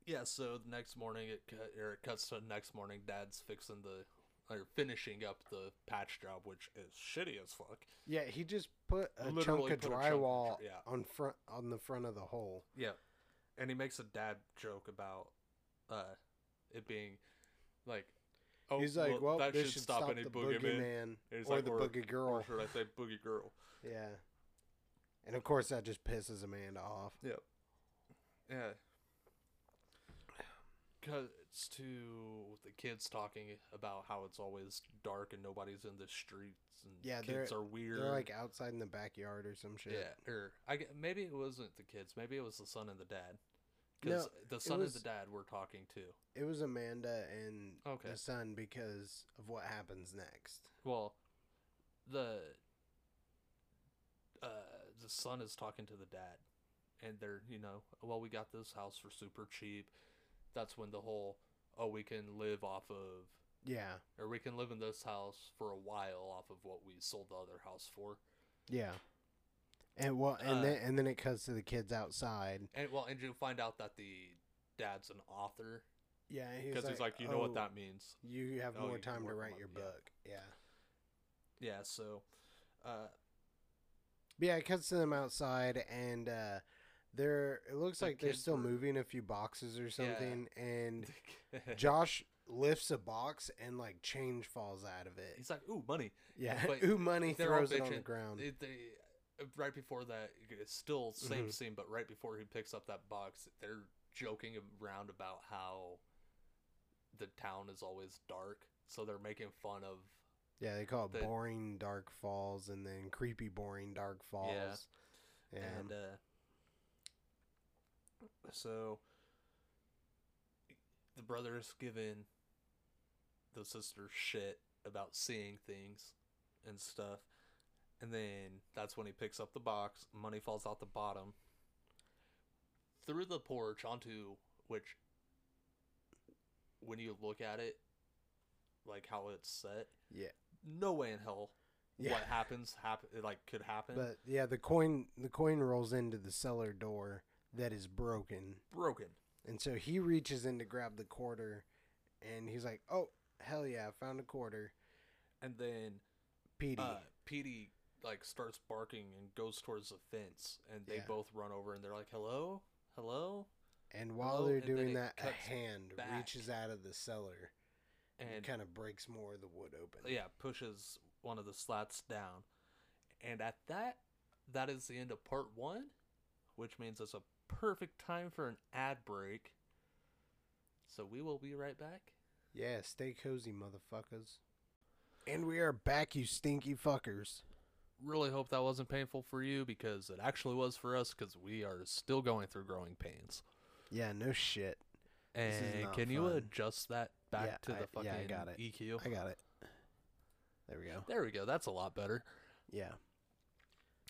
Speaker 2: yeah. So the next morning, it cut, or it cuts to the next morning. Dad's fixing the or finishing up the patch job, which is shitty as fuck.
Speaker 1: Yeah. He just put a
Speaker 2: Literally
Speaker 1: chunk
Speaker 2: put
Speaker 1: of
Speaker 2: a chunk of
Speaker 1: drywall
Speaker 2: dr- yeah.
Speaker 1: on front on the front of the hole.
Speaker 2: Yeah, and he makes a dad joke about uh, it being like, oh,
Speaker 1: He's like, well,
Speaker 2: that
Speaker 1: this
Speaker 2: should stop, any
Speaker 1: the
Speaker 2: boogeyman,
Speaker 1: boogeyman
Speaker 2: He's
Speaker 1: or
Speaker 2: like,
Speaker 1: the
Speaker 2: or-
Speaker 1: boogie girl.
Speaker 2: or should I say boogie girl?
Speaker 1: Yeah. And of course, that just pisses Amanda off.
Speaker 2: Yeah. Cuts to the kids talking about how it's always dark and nobody's in the streets and
Speaker 1: Yeah, they're-
Speaker 2: kids are weird.
Speaker 1: They're like outside in the backyard or some shit.
Speaker 2: yeah, or I gue- maybe it wasn't the kids, maybe it was the son and the dad. Because the son
Speaker 1: was-
Speaker 2: and the dad were talking too.
Speaker 1: It was Amanda and
Speaker 2: Okay.
Speaker 1: the son because of what happens next.
Speaker 2: Well, the uh, the son is talking to the dad, and they're you know, well, we got this house for super cheap. That's when the whole oh, we can live off of
Speaker 1: Yeah.
Speaker 2: or we can live in this house for a while off of what we sold the other house for.
Speaker 1: Yeah. And well, and
Speaker 2: Uh,
Speaker 1: then and then it cuts to the kids outside.
Speaker 2: And well, and you find out that the dad's an author
Speaker 1: Yeah,
Speaker 2: because he's like, you know
Speaker 1: "Oh,
Speaker 2: what that means.
Speaker 1: You have
Speaker 2: Oh,
Speaker 1: more
Speaker 2: you can
Speaker 1: time to
Speaker 2: work on
Speaker 1: write
Speaker 2: my-
Speaker 1: your
Speaker 2: yeah.
Speaker 1: book. Yeah.
Speaker 2: Yeah. So, uh,
Speaker 1: But yeah, it cuts to them outside, and uh, they're it looks
Speaker 2: The
Speaker 1: like they're
Speaker 2: kids
Speaker 1: still
Speaker 2: were-
Speaker 1: moving a few boxes or something, and Josh lifts a box and like change falls out of it.
Speaker 2: he's like, ooh, money.
Speaker 1: Yeah,
Speaker 2: but
Speaker 1: ooh, money
Speaker 2: they're all
Speaker 1: throws it on the
Speaker 2: bitching.
Speaker 1: ground.
Speaker 2: It, they, right before that, it's still same
Speaker 1: Mhm.
Speaker 2: scene, but right before he picks up that box, they're joking around about how the town is always dark, so they're making fun of.
Speaker 1: yeah, they call it
Speaker 2: the-
Speaker 1: boring dark falls, and then creepy boring dark falls. Yeah,
Speaker 2: And uh, so the brother's giving the sister shit about seeing things and stuff. And then that's when he picks up the box. Money falls out the bottom through the porch onto which, when you look at it, like how it's set,
Speaker 1: Yeah.
Speaker 2: no way in hell
Speaker 1: yeah.
Speaker 2: what happens happen like could happen.
Speaker 1: But yeah, the coin the coin rolls into the cellar door that is broken,
Speaker 2: Broken.
Speaker 1: and so he reaches in to grab the quarter, and he's like, "Oh hell yeah, I found a quarter."
Speaker 2: and then
Speaker 1: Petey,
Speaker 2: uh, Petey like starts barking and goes towards the fence, and they
Speaker 1: Yeah.
Speaker 2: both run over and they're like, "Hello, hello,"
Speaker 1: and while
Speaker 2: hello,
Speaker 1: they're
Speaker 2: and then
Speaker 1: doing
Speaker 2: it
Speaker 1: that, a
Speaker 2: cuts
Speaker 1: hand
Speaker 2: back.
Speaker 1: reaches out of the cellar and,
Speaker 2: and
Speaker 1: kind of breaks more of the wood open.
Speaker 2: yeah, pushes one of the slats down, and at that, that is the end of part one, which means it's a perfect time for an ad break. So we will be right back.
Speaker 1: Yeah, stay cozy, motherfuckers. And we are back, you stinky fuckers.
Speaker 2: Really hope that wasn't painful for you because it actually was for us because we are still going through growing pains.
Speaker 1: Yeah, no shit.
Speaker 2: And
Speaker 1: This is not
Speaker 2: can you
Speaker 1: fun.
Speaker 2: adjust that back
Speaker 1: Yeah,
Speaker 2: to the
Speaker 1: I-
Speaker 2: fucking E
Speaker 1: yeah, I got it.
Speaker 2: EQ?
Speaker 1: I got it. There we go.
Speaker 2: There we go. That's a lot better.
Speaker 1: Yeah.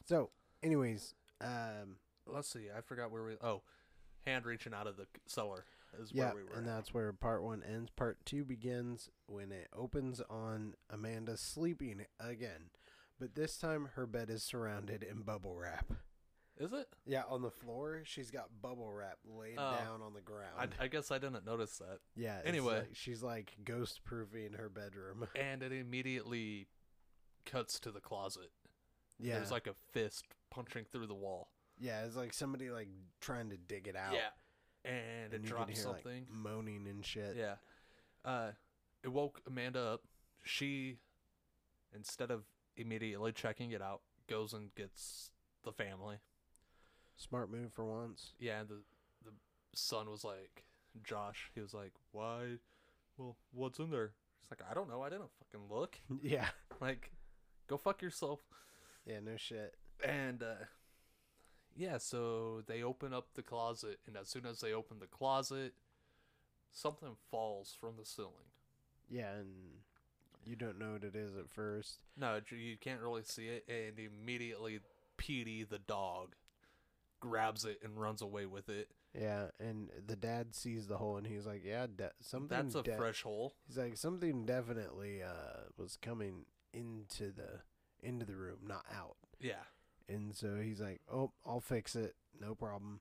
Speaker 1: So, anyways, um,
Speaker 2: Let's see. I forgot where we. Oh, hand reaching out of the cellar is
Speaker 1: yeah,
Speaker 2: where we were.
Speaker 1: and
Speaker 2: at.
Speaker 1: that's where part one ends. Part two begins when it opens on Amanda sleeping again, but this time her bed is surrounded in bubble wrap.
Speaker 2: Is it?
Speaker 1: Yeah, on the floor, she's got bubble wrap laid
Speaker 2: Oh.
Speaker 1: down on the ground.
Speaker 2: I, I guess I didn't notice that.
Speaker 1: yeah. it's
Speaker 2: anyway.
Speaker 1: like- she's like ghost proofing her bedroom.
Speaker 2: And it immediately cuts to the closet.
Speaker 1: Yeah.
Speaker 2: There's like a fist punching through the wall.
Speaker 1: Yeah, it's like somebody like trying to dig it out.
Speaker 2: Yeah. And, it
Speaker 1: you could
Speaker 2: drops
Speaker 1: hear, like,
Speaker 2: something.
Speaker 1: moaning and shit.
Speaker 2: yeah. Uh, it woke Amanda up. She, instead of immediately checking it out, goes and gets the family.
Speaker 1: Smart move for once.
Speaker 2: yeah and the the son was like josh he was like why well what's in there he's like i don't know i didn't fucking look
Speaker 1: yeah.
Speaker 2: like go fuck yourself
Speaker 1: Yeah, no shit.
Speaker 2: and uh yeah so they open up the closet and as soon as they open the closet something falls from the ceiling
Speaker 1: Yeah, and you don't know what it is at first.
Speaker 2: no you- you can't really see it and immediately Petey the dog grabs it and runs away with it.
Speaker 1: Yeah, and the dad sees the hole and he's like, "Yeah, de- something."
Speaker 2: That's a
Speaker 1: de-
Speaker 2: fresh hole.
Speaker 1: He's like, "Something definitely uh was coming into the into the room, not out."
Speaker 2: Yeah.
Speaker 1: And so he's like, "Oh, I'll fix it. No problem.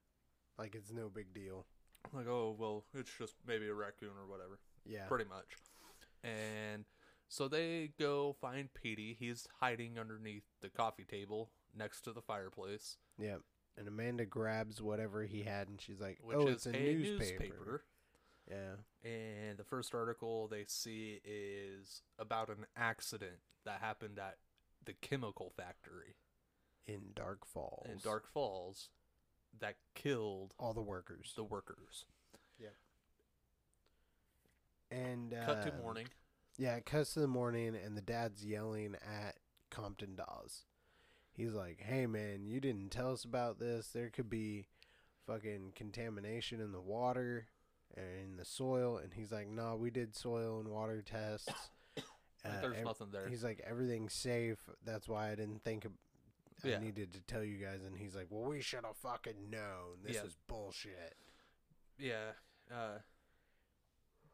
Speaker 1: Like it's no big deal."
Speaker 2: Like, oh, well, it's just maybe a raccoon or whatever.
Speaker 1: Yeah.
Speaker 2: Pretty much. And so they go find Petey. He's hiding underneath the coffee table next to the fireplace,
Speaker 1: Yeah. And Amanda grabs whatever he had and she's like,
Speaker 2: which
Speaker 1: "Oh, it's
Speaker 2: is
Speaker 1: a, newspaper. Yeah.
Speaker 2: And the first article they see is about an accident that happened at the chemical factory
Speaker 1: In Dark Falls.
Speaker 2: in Dark Falls that killed
Speaker 1: all the workers.
Speaker 2: the workers.
Speaker 1: And uh,
Speaker 2: Cut to morning.
Speaker 1: Yeah, it cuts to the morning, and the dad's yelling at Compton Dawes. He's like, "Hey, man, you didn't tell us about this. There could be fucking contamination in the water and in the soil." And he's like, "No, we did soil and water tests.
Speaker 2: Like,
Speaker 1: Uh,
Speaker 2: There's
Speaker 1: ev-
Speaker 2: nothing there.
Speaker 1: He's like, "Everything's safe. That's why I didn't think ab- I
Speaker 2: Yeah.
Speaker 1: needed to tell you guys." And he's like, "Well, we should have fucking known. This
Speaker 2: Yeah.
Speaker 1: is bullshit."
Speaker 2: Yeah. Uh,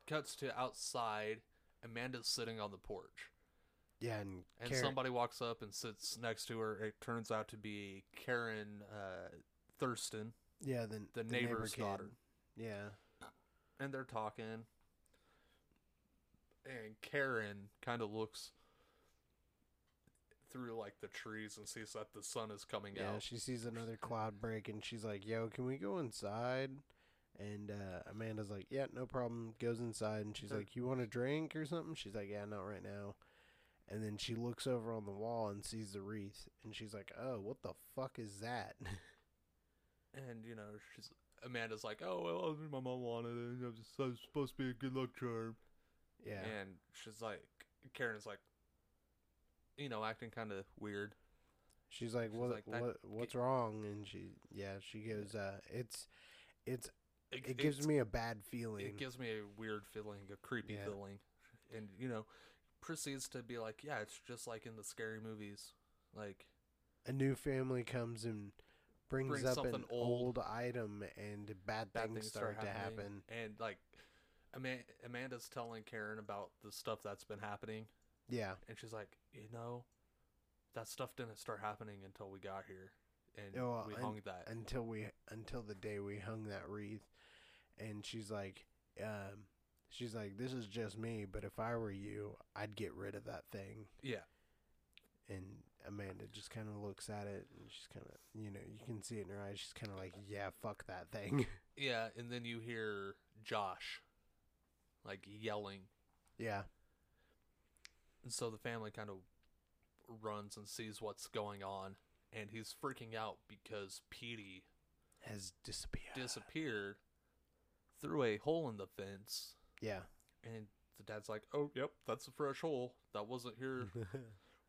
Speaker 2: cuts to outside. Amanda's sitting on the porch.
Speaker 1: Yeah, and,
Speaker 2: And
Speaker 1: Karen-
Speaker 2: somebody walks up and sits next to her. It turns out to be Karen uh, Thurston,
Speaker 1: yeah, then
Speaker 2: the, neighbor's
Speaker 1: kid.
Speaker 2: daughter.
Speaker 1: Yeah,
Speaker 2: And they're talking. And Karen kind of looks through like the trees and sees that the sun is coming
Speaker 1: Yeah,
Speaker 2: out.
Speaker 1: she sees another cloud break and she's like, "Yo, can we go inside?" And uh, Amanda's like, "Yeah, no problem." Goes inside and she's
Speaker 2: Okay.
Speaker 1: like, "You want a drink or something?" She's like, "Yeah, not right now." And then she looks over on the wall and sees the wreath and she's like, "Oh, what the fuck is that?"
Speaker 2: and you know she's Amanda's like, "Oh well, my mom wanted it. and It was it's supposed to be a good luck charm."
Speaker 1: yeah,
Speaker 2: And she's like, Karen's like, you know, acting kind of weird.
Speaker 1: she's like,
Speaker 2: she's
Speaker 1: "What?
Speaker 2: like, "That
Speaker 1: what? What's wrong?" And she, yeah, she goes, "Uh, it's, it's, it, gives
Speaker 2: it's-
Speaker 1: me a bad feeling."
Speaker 2: it gives me a weird feeling, a creepy
Speaker 1: Yeah.
Speaker 2: feeling, and you know, proceeds to be like, yeah, it's just like in the scary movies, like
Speaker 1: a new family comes and brings,
Speaker 2: Brings
Speaker 1: up
Speaker 2: something
Speaker 1: an old,
Speaker 2: old.
Speaker 1: item and bad,
Speaker 2: bad
Speaker 1: things, start, to happen.
Speaker 2: and like. Ama- Amanda's telling Karen about the stuff that's been happening,
Speaker 1: Yeah.
Speaker 2: and she's like, "You know, that stuff didn't start happening until we got here, and
Speaker 1: Oh, well,
Speaker 2: we
Speaker 1: and-
Speaker 2: hung that."
Speaker 1: Until we until the day we hung that wreath and she's like um she's like this is just me, but if I were you, I'd get rid of that thing.
Speaker 2: yeah,
Speaker 1: And Amanda just kind of looks at it and she's kind of, you know, you can see it in her eyes. She's kind of like, "Yeah, fuck that thing."
Speaker 2: Yeah, and then you hear Josh like yelling.
Speaker 1: yeah.
Speaker 2: And so the family kind of runs and sees what's going on and he's freaking out because Petey
Speaker 1: Has disappeared.
Speaker 2: disappeared through a hole in the fence
Speaker 1: yeah.
Speaker 2: and the dad's like, "Oh, yep, that's a fresh hole. That wasn't here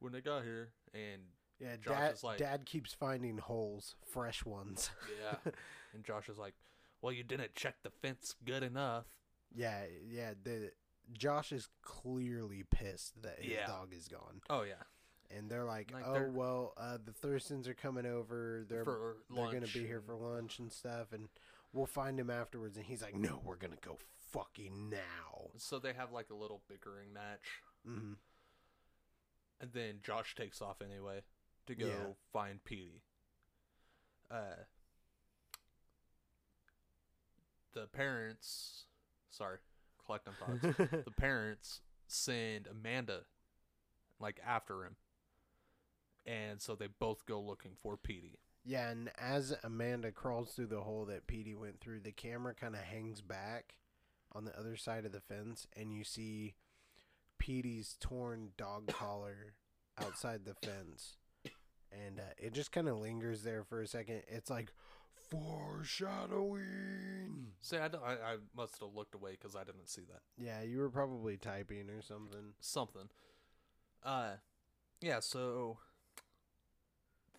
Speaker 2: when they got here." And
Speaker 1: yeah,
Speaker 2: Josh
Speaker 1: dad
Speaker 2: is like-
Speaker 1: dad keeps finding holes, fresh ones.
Speaker 2: yeah, and Josh is like, "Well, you didn't check the fence good enough."
Speaker 1: Yeah, yeah. The Josh is clearly pissed that his
Speaker 2: Yeah.
Speaker 1: dog is gone,
Speaker 2: Oh yeah.
Speaker 1: and they're like,
Speaker 2: Like,
Speaker 1: "Oh
Speaker 2: they're-
Speaker 1: well, uh, the Thurstons are coming over. They're
Speaker 2: for
Speaker 1: they're gonna
Speaker 2: lunch
Speaker 1: be here
Speaker 2: and-
Speaker 1: for lunch and stuff, and we'll find him afterwards." And he's like, "No, we're gonna go fucking now."
Speaker 2: So they have like a little bickering match.
Speaker 1: hmm
Speaker 2: And then Josh takes off anyway to go
Speaker 1: Yeah.
Speaker 2: find Petey. Uh, the parents, sorry, collecting thoughts.
Speaker 1: Mm-hmm.
Speaker 2: the parents send Amanda, like after him, and so they both go looking for Petey.
Speaker 1: yeah, and as Amanda crawls through the hole that Petey went through, the camera kind of hangs back on the other side of the fence, and you see Petey's torn dog collar outside the fence. And uh, it just kind of lingers there for a second. It's like foreshadowing.
Speaker 2: See, I, don't- I, I must have looked away because I didn't see that.
Speaker 1: Yeah, you were probably typing or something.
Speaker 2: something. Uh, yeah. So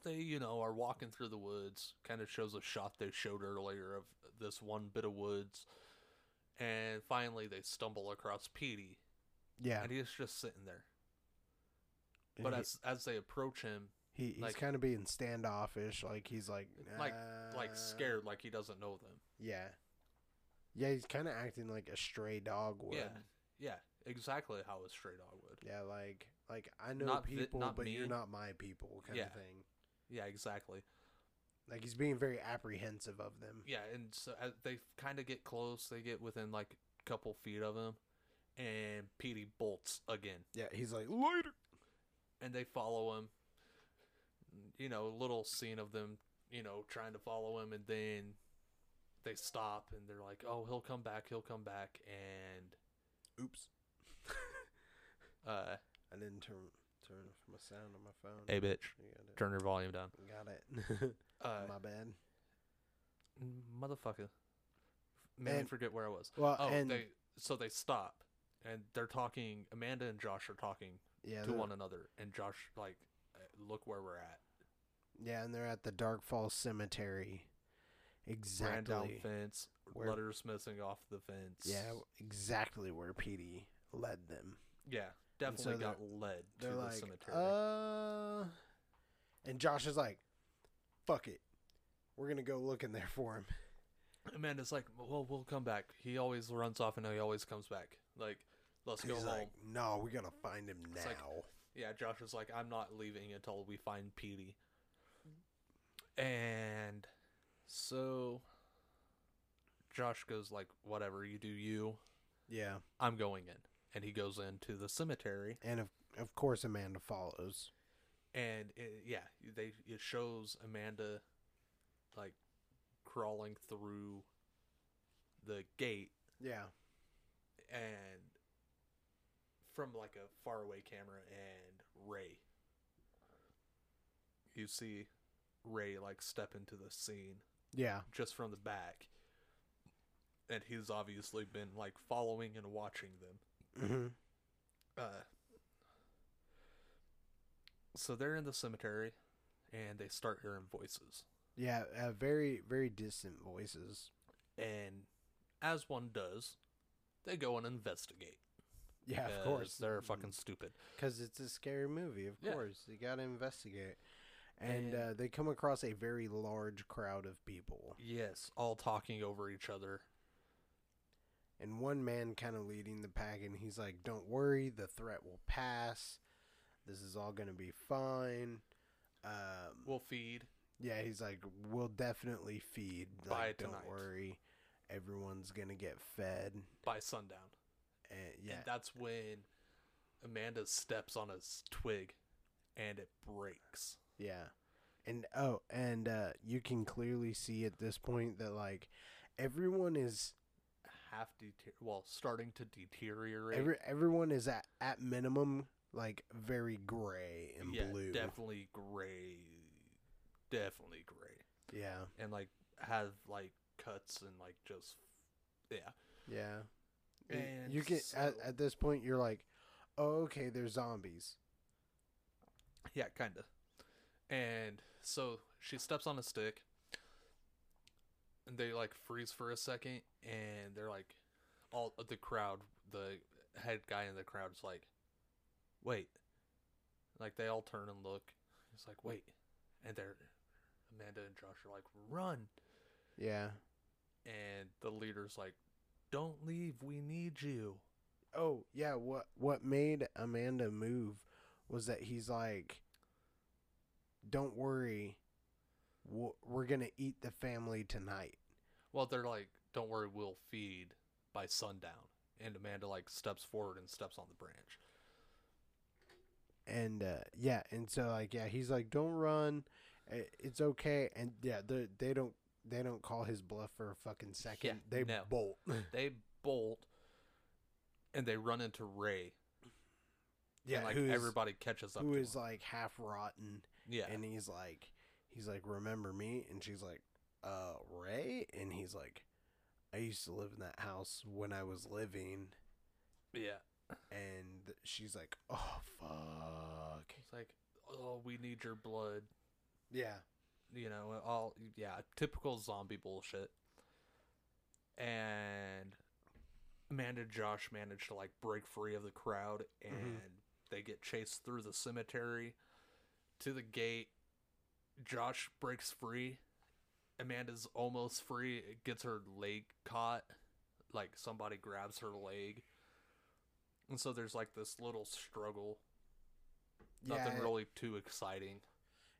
Speaker 2: they, you know, are walking through the woods. Kind of shows a shot they showed earlier of this one bit of woods, and finally they stumble across Petey,
Speaker 1: Yeah,
Speaker 2: and he's just sitting there.
Speaker 1: and
Speaker 2: But
Speaker 1: he-
Speaker 2: as as they approach him,
Speaker 1: he, he's
Speaker 2: like-
Speaker 1: kind of being standoffish, like he's like,
Speaker 2: Like, like
Speaker 1: Uh,
Speaker 2: scared, like he doesn't know them.
Speaker 1: Yeah. Yeah, he's kind of acting like a stray dog would.
Speaker 2: Yeah, yeah, exactly how a stray dog would.
Speaker 1: Yeah, like like I know
Speaker 2: Not thi-
Speaker 1: people,
Speaker 2: not
Speaker 1: but you're
Speaker 2: me.
Speaker 1: not my people, kind
Speaker 2: Yeah.
Speaker 1: of thing.
Speaker 2: Yeah, exactly.
Speaker 1: Like he's being very apprehensive of them.
Speaker 2: Yeah, and so as they kind of get close. They get within like a couple feet of him, and Petey bolts again,
Speaker 1: Yeah, he's like later.
Speaker 2: and they follow him. You know, little scene of them, you know, trying to follow him, and then they stop, and they're like, "Oh, he'll come back. He'll come back." And
Speaker 1: Oops,
Speaker 2: uh,
Speaker 1: I didn't turn turn off my sound on my phone.
Speaker 2: hey, bitch,
Speaker 1: You got
Speaker 2: turn your volume down.
Speaker 1: it. Got it.
Speaker 2: Uh,
Speaker 1: my bad.
Speaker 2: motherfucker, man,
Speaker 1: And-
Speaker 2: forget where I was.
Speaker 1: Well,
Speaker 2: Oh,
Speaker 1: and
Speaker 2: they so they stop and they're talking. Amanda and Josh are talking
Speaker 1: yeah,
Speaker 2: to
Speaker 1: they're-
Speaker 2: one another, and Josh like, "Uh, look where we're at.
Speaker 1: yeah, and they're at the Dark Falls Cemetery.
Speaker 2: Ran down
Speaker 1: Exactly.
Speaker 2: fence,
Speaker 1: Where-
Speaker 2: letters missing off the fence.
Speaker 1: Yeah, exactly where Petey led them.
Speaker 2: yeah,
Speaker 1: And so
Speaker 2: definitely
Speaker 1: they're-
Speaker 2: got led to
Speaker 1: They're
Speaker 2: the
Speaker 1: like,
Speaker 2: cemetery.
Speaker 1: uh, and Josh is like, "Fuck it, we're gonna go look in there for him."
Speaker 2: Amanda's like, well, we'll come back. He always runs off, and he always comes back. Like, let's go
Speaker 1: He's
Speaker 2: home.
Speaker 1: like, "No, we gotta find him
Speaker 2: It's
Speaker 1: now."
Speaker 2: like- Yeah, Josh was like, I'm not leaving until we find Petey. And so Josh goes like, whatever, you do you.
Speaker 1: yeah,
Speaker 2: I'm going in. And he goes into the cemetery.
Speaker 1: and of of course Amanda follows.
Speaker 2: And it, yeah, they it shows Amanda like crawling through the gate
Speaker 1: Yeah,
Speaker 2: and from like a faraway camera and Ray. You see Ray like step into the scene
Speaker 1: yeah,
Speaker 2: just from the back. And he's obviously been like following and watching them.
Speaker 1: mm-hmm.
Speaker 2: Uh so they're in the cemetery and they start hearing voices.
Speaker 1: yeah. Uh, very very distant voices.
Speaker 2: And as one does, they go and investigate.
Speaker 1: Yeah, of
Speaker 2: 'cause
Speaker 1: course Mm-hmm.
Speaker 2: They're fucking stupid.
Speaker 1: because it's a scary movie. Of
Speaker 2: Yeah.
Speaker 1: course, you gotta investigate. And
Speaker 2: And-
Speaker 1: uh, they come across a very large crowd of people,
Speaker 2: Yes, all talking over each other.
Speaker 1: and one man kind of leading the pack, and he's like, "Don't worry, the threat will pass. This is all gonna be fine." Um,
Speaker 2: We'll feed.
Speaker 1: Yeah, he's like, we'll definitely feed. Like,
Speaker 2: By
Speaker 1: don't
Speaker 2: tonight."
Speaker 1: worry, everyone's gonna get fed.
Speaker 2: by sundown.
Speaker 1: And yeah,
Speaker 2: And that's when Amanda steps on a s- twig and it breaks.
Speaker 1: yeah. And oh, and uh, you can clearly see at this point that like everyone is
Speaker 2: Half deter well, starting to deteriorate.
Speaker 1: every, everyone is at at minimum like very gray and
Speaker 2: yeah,
Speaker 1: blue.
Speaker 2: definitely gray. Definitely gray.
Speaker 1: yeah,
Speaker 2: And like have like cuts and like just yeah.
Speaker 1: yeah. Y-
Speaker 2: And
Speaker 1: you can at,
Speaker 2: so-
Speaker 1: at this point you're like, oh, okay, they're zombies.
Speaker 2: Yeah, kinda. And so she steps on a stick and they like freeze for a second and they're like all of the crowd, the head guy in the crowd's like, Wait. Like they all turn and look. It's like, wait. And they're Amanda and Josh are like, Run
Speaker 1: Yeah.
Speaker 2: and the leader's like, Don't leave, we need you.
Speaker 1: Oh yeah, what what made Amanda move was that he's like, "Don't worry, we'll, we're gonna eat the family tonight."
Speaker 2: Well, they're like, Don't worry, we'll feed by sundown. And Amanda like steps forward and steps on the branch.
Speaker 1: And uh, yeah, and so like yeah, he's like, "Don't run, i- it's okay." And yeah, they they don't they don't call his bluff for a fucking second. they
Speaker 2: no.
Speaker 1: bolt.
Speaker 2: they bolt and they run into Ray.
Speaker 1: yeah,
Speaker 2: and like
Speaker 1: who is,
Speaker 2: everybody catches up.
Speaker 1: who
Speaker 2: to
Speaker 1: is
Speaker 2: him.
Speaker 1: like half rotten,
Speaker 2: yeah,
Speaker 1: and he's like, he's like, "Remember me?" And she's like, "Uh, Ray?" And he's like. I used to live in that house when I was living,
Speaker 2: yeah.
Speaker 1: and she's like, "Oh fuck."
Speaker 2: It's like, oh, we need your blood.
Speaker 1: Yeah.
Speaker 2: You know, all yeah, typical zombie bullshit. And Amanda and Josh manage to like break free of the crowd, and
Speaker 1: Mm-hmm.
Speaker 2: they get chased through the cemetery to the gate. Josh breaks free, Amanda's almost free. It gets her leg caught. Like somebody grabs her leg. And so there's like this little struggle. Nothing
Speaker 1: yeah,
Speaker 2: really too exciting.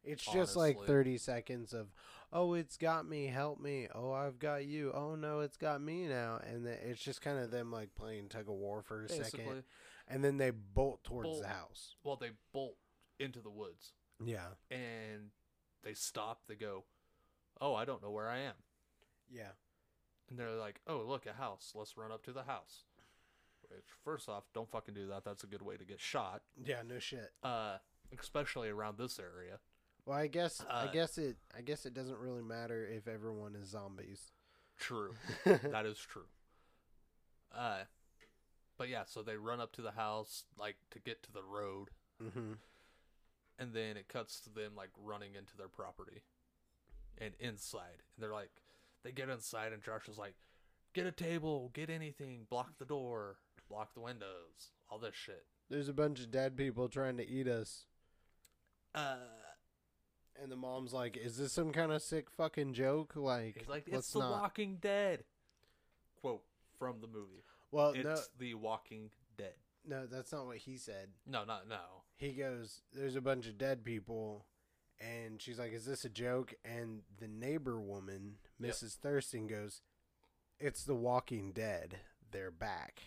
Speaker 1: It's just like
Speaker 2: honestly.
Speaker 1: 30 seconds of, oh, it's got me, help me. Oh, I've got you. Oh, no, it's got me now. And then it's just kind of them like playing tug of war for a second.
Speaker 2: Basically.
Speaker 1: And then they bolt towards
Speaker 2: Bolt.
Speaker 1: the house.
Speaker 2: Well, they bolt into the woods
Speaker 1: Yeah.
Speaker 2: and they stop. They go, Oh, I don't know where I am.
Speaker 1: Yeah.
Speaker 2: And they're like, Oh, look, a house. Let's run up to the house. Which, first off, don't fucking do that. That's a good way to get shot,
Speaker 1: Yeah, no shit.
Speaker 2: uh, especially around this area.
Speaker 1: Well, I guess I
Speaker 2: Uh,
Speaker 1: guess it I guess it doesn't really matter if everyone is zombies.
Speaker 2: True. that is true. Uh, but yeah, so they run up to the house, like, to get to the road.
Speaker 1: hmm
Speaker 2: and then it cuts to them like running into their property and inside and they're like they get inside and josh is like get a table get anything block the door block the windows all this shit
Speaker 1: There's a bunch of dead people trying to eat us.
Speaker 2: uh
Speaker 1: And the mom's like, "Is this some kind of sick fucking joke?" Like,
Speaker 2: he's like
Speaker 1: let's
Speaker 2: it's the
Speaker 1: not.
Speaker 2: walking dead quote from the movie
Speaker 1: well,
Speaker 2: it's
Speaker 1: Oh, no,
Speaker 2: the walking dead
Speaker 1: no, that's not what he said.
Speaker 2: no not no
Speaker 1: He goes, "There's a bunch of dead people," and she's like, "Is this a joke?" And the neighbor woman,
Speaker 2: Yep.
Speaker 1: Mrs. Thurston, goes, "It's the Walking Dead. They're back,"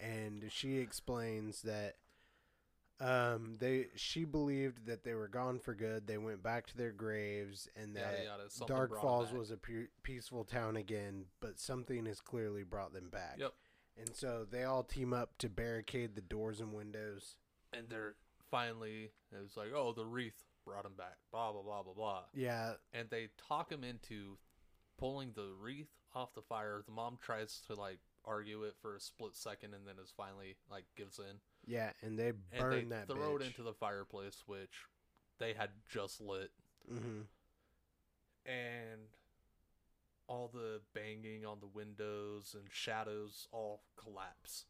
Speaker 1: and she explains that um they she believed that they were gone for good. They went back to their graves, and that
Speaker 2: yada yada something
Speaker 1: Dark
Speaker 2: brought 'em
Speaker 1: Falls
Speaker 2: back.
Speaker 1: was a pu- peaceful town again, but something has clearly brought them back.
Speaker 2: Yep.
Speaker 1: And so they all team up to barricade the doors and windows.
Speaker 2: and they're finally it was like oh the wreath brought him back blah blah blah blah blah
Speaker 1: Yeah,
Speaker 2: and they talk him into pulling the wreath off the fire. The mom tries to like argue it for a split second, and then is finally like gives in,
Speaker 1: yeah, and they
Speaker 2: and
Speaker 1: burn
Speaker 2: they
Speaker 1: that
Speaker 2: throw
Speaker 1: bitch.
Speaker 2: it into the fireplace, which they had just lit,
Speaker 1: mm-hmm.
Speaker 2: and all the banging on the windows and shadows all collapse,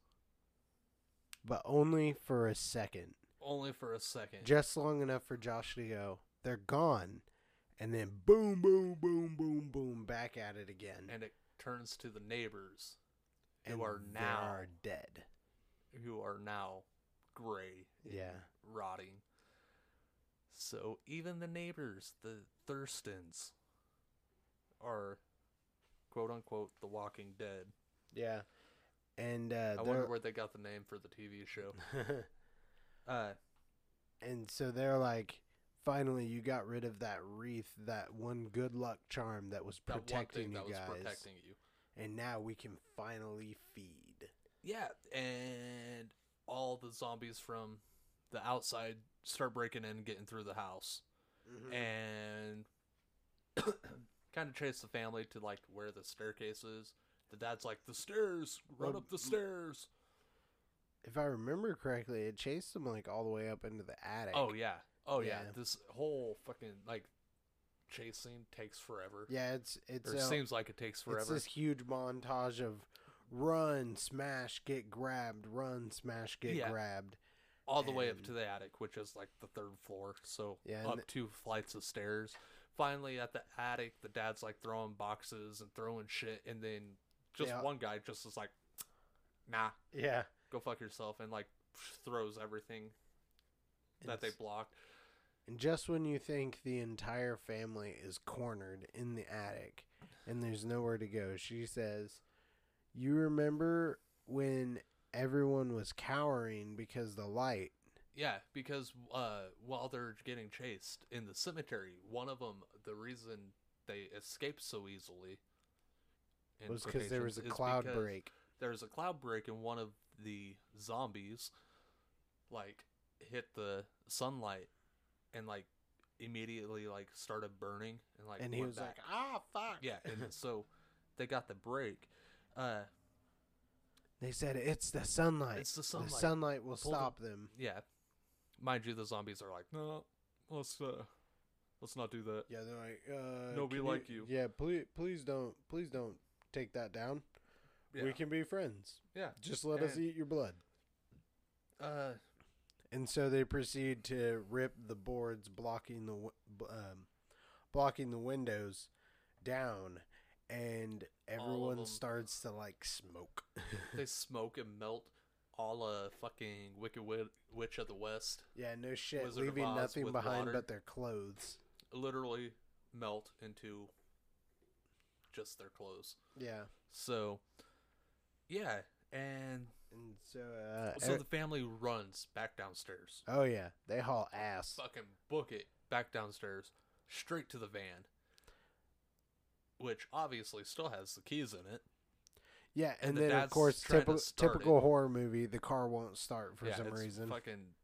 Speaker 1: But only for a second,
Speaker 2: only for a second.
Speaker 1: just long enough for Josh to go. They're gone, and then boom, boom, boom, boom, boom, back at it again.
Speaker 2: and it turns to the neighbors, who
Speaker 1: And
Speaker 2: are
Speaker 1: they
Speaker 2: now-
Speaker 1: are dead.
Speaker 2: who are now gray
Speaker 1: Yeah,
Speaker 2: rotting. So even the neighbors, the Thurstons, are quote unquote the Walking Dead.
Speaker 1: yeah, and uh,
Speaker 2: I
Speaker 1: they're-
Speaker 2: wonder where they got the name for the TV show. Uh,
Speaker 1: And so they're like, finally, you got rid of that wreath, that one good luck charm that was
Speaker 2: that one thing
Speaker 1: protecting
Speaker 2: that
Speaker 1: you
Speaker 2: was
Speaker 1: guys.
Speaker 2: protecting you.
Speaker 1: And now we can finally feed.
Speaker 2: Yeah, and all the zombies from the outside start breaking in, and getting through the house,
Speaker 1: Mm-hmm.
Speaker 2: and kind of chase the family to like where the staircase is. The dad's like, "The stairs, run
Speaker 1: Well,
Speaker 2: up the stairs."
Speaker 1: if I remember correctly, it chased them like all the way up into the attic.
Speaker 2: Oh yeah. Oh yeah.
Speaker 1: Yeah.
Speaker 2: This whole fucking like chase scene takes forever.
Speaker 1: yeah, it's it's
Speaker 2: or
Speaker 1: uh,
Speaker 2: seems like it takes
Speaker 1: it's
Speaker 2: forever.
Speaker 1: this huge montage of run, smash, get grabbed, run, smash, get
Speaker 2: Yeah.
Speaker 1: grabbed.
Speaker 2: All the way up
Speaker 1: and-
Speaker 2: to the attic, which is like the third floor. So
Speaker 1: Yeah, and
Speaker 2: up
Speaker 1: th-
Speaker 2: two flights of stairs. Finally at the attic, the dad's like throwing boxes and throwing shit and then just
Speaker 1: Yeah.
Speaker 2: one guy just is like nah,
Speaker 1: Yeah,
Speaker 2: go fuck yourself and like throws everything
Speaker 1: and,
Speaker 2: that they
Speaker 1: s-
Speaker 2: blocked.
Speaker 1: and just when you think the entire family is cornered in the attic, and there's nowhere to go, she says, "You remember when everyone was cowering because the light?"
Speaker 2: Yeah, because uh, while they're getting chased in the cemetery, one of them, the reason they escaped so easily in
Speaker 1: was because there was
Speaker 2: quotations,
Speaker 1: a
Speaker 2: is
Speaker 1: cloud
Speaker 2: because
Speaker 1: break.
Speaker 2: There was a cloud break, and one of the zombies, like, hit the sunlight and, like, immediately, like, started burning. And, like,
Speaker 1: and he
Speaker 2: went
Speaker 1: was
Speaker 2: back.
Speaker 1: like, "Ah, fuck!"
Speaker 2: Yeah, and so they got the break. Uh,
Speaker 1: they said it's the sunlight.
Speaker 2: It's the sunlight.
Speaker 1: The sunlight will
Speaker 2: Pull the-
Speaker 1: stop them.
Speaker 2: yeah. Mind you, the zombies are like, no, let's, uh, let's not do that.
Speaker 1: Yeah, they're like, uh,
Speaker 2: No, we
Speaker 1: can
Speaker 2: like you."
Speaker 1: Yeah, please, please don't, please don't take that down.
Speaker 2: Yeah.
Speaker 1: We can be friends.
Speaker 2: yeah.
Speaker 1: Just let us
Speaker 2: And-
Speaker 1: eat your blood.
Speaker 2: Uh,
Speaker 1: And so they proceed to rip the boards blocking the w- b- um, blocking the windows down, and
Speaker 2: of
Speaker 1: everyone
Speaker 2: 'em.
Speaker 1: starts to like smoke.
Speaker 2: they smoke and melt all la fucking Wicked Wi- Witch of the West.
Speaker 1: yeah, no shit,
Speaker 2: Wizard of
Speaker 1: leaving
Speaker 2: Oz
Speaker 1: nothing
Speaker 2: with
Speaker 1: behind
Speaker 2: water.
Speaker 1: but their clothes.
Speaker 2: Literally melt into just their clothes.
Speaker 1: Yeah,
Speaker 2: So, yeah. And
Speaker 1: and so uh,
Speaker 2: so
Speaker 1: er-
Speaker 2: the family runs back downstairs.
Speaker 1: oh yeah, they haul ass.
Speaker 2: fucking book it back downstairs, straight to the van, which obviously still has the keys in it.
Speaker 1: Yeah,
Speaker 2: and
Speaker 1: and,
Speaker 2: the
Speaker 1: then of
Speaker 2: dad's
Speaker 1: course,
Speaker 2: trying to
Speaker 1: typical
Speaker 2: start it.
Speaker 1: typical horror movie, the car won't start for
Speaker 2: Yeah,
Speaker 1: some
Speaker 2: it's
Speaker 1: reason.
Speaker 2: fucking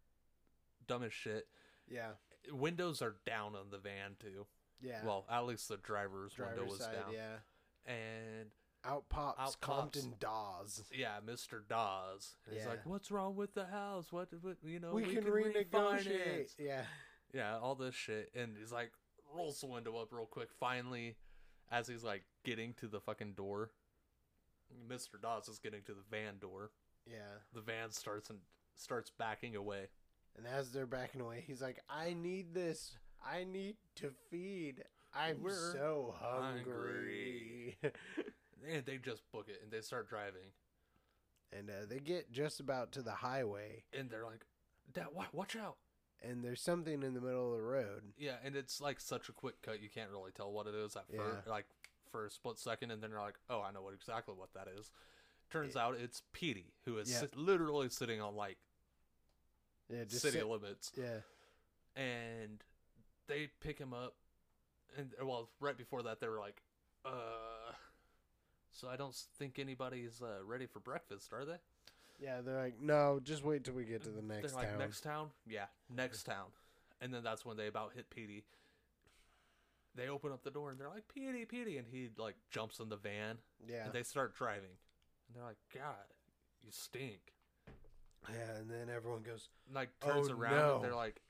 Speaker 2: dumb as shit.
Speaker 1: Yeah,
Speaker 2: Windows are down on the van too.
Speaker 1: yeah.
Speaker 2: Well, at least the driver's window
Speaker 1: driver's
Speaker 2: was
Speaker 1: side,
Speaker 2: down.
Speaker 1: yeah.
Speaker 2: And
Speaker 1: Out pops
Speaker 2: Out pops-
Speaker 1: Compton Dawes.
Speaker 2: yeah, Mr. Dawes is
Speaker 1: Yeah.
Speaker 2: like, "What's wrong with the house? What, what you know?
Speaker 1: we, can, renegotiate.
Speaker 2: refinance."
Speaker 1: Yeah,
Speaker 2: Yeah, all this shit. And he's like, rolls the window up real quick. Finally, as he's like getting to the fucking door, Mr. Dawes is getting to the van door.
Speaker 1: yeah.
Speaker 2: The van starts and starts backing away.
Speaker 1: And as they're backing away, he's like, "I need this. I need to feed. I'm
Speaker 2: We're
Speaker 1: so hungry."
Speaker 2: And they just book it and they start driving.
Speaker 1: and uh, they get just about to the highway,
Speaker 2: And they're like, Dad, wa- watch out.
Speaker 1: and there's something in the middle of the road.
Speaker 2: Yeah, and it's like such a quick cut. You can't really tell what it is at
Speaker 1: Yeah.
Speaker 2: first, like for a split second. And then you're like, oh, I know what exactly what that is. Turns out it's Petey, who is
Speaker 1: Yeah.
Speaker 2: sit- literally sitting on like
Speaker 1: Yeah, just
Speaker 2: city
Speaker 1: sit-
Speaker 2: limits.
Speaker 1: yeah,
Speaker 2: and they pick him up and well right before that they were like uh so i don't think anybody's uh, ready for breakfast are they
Speaker 1: yeah. They're like, "No, just wait till we get to the next
Speaker 2: they're like
Speaker 1: town."
Speaker 2: next town yeah next town and then that's when they about hit Petey. they open up the door and they're like Petey, Petey, and he like jumps in the van
Speaker 1: yeah,
Speaker 2: and they start driving and they're like god you stink
Speaker 1: yeah. And then everyone goes,
Speaker 2: and, like turns
Speaker 1: Oh,
Speaker 2: around
Speaker 1: no.
Speaker 2: and they're like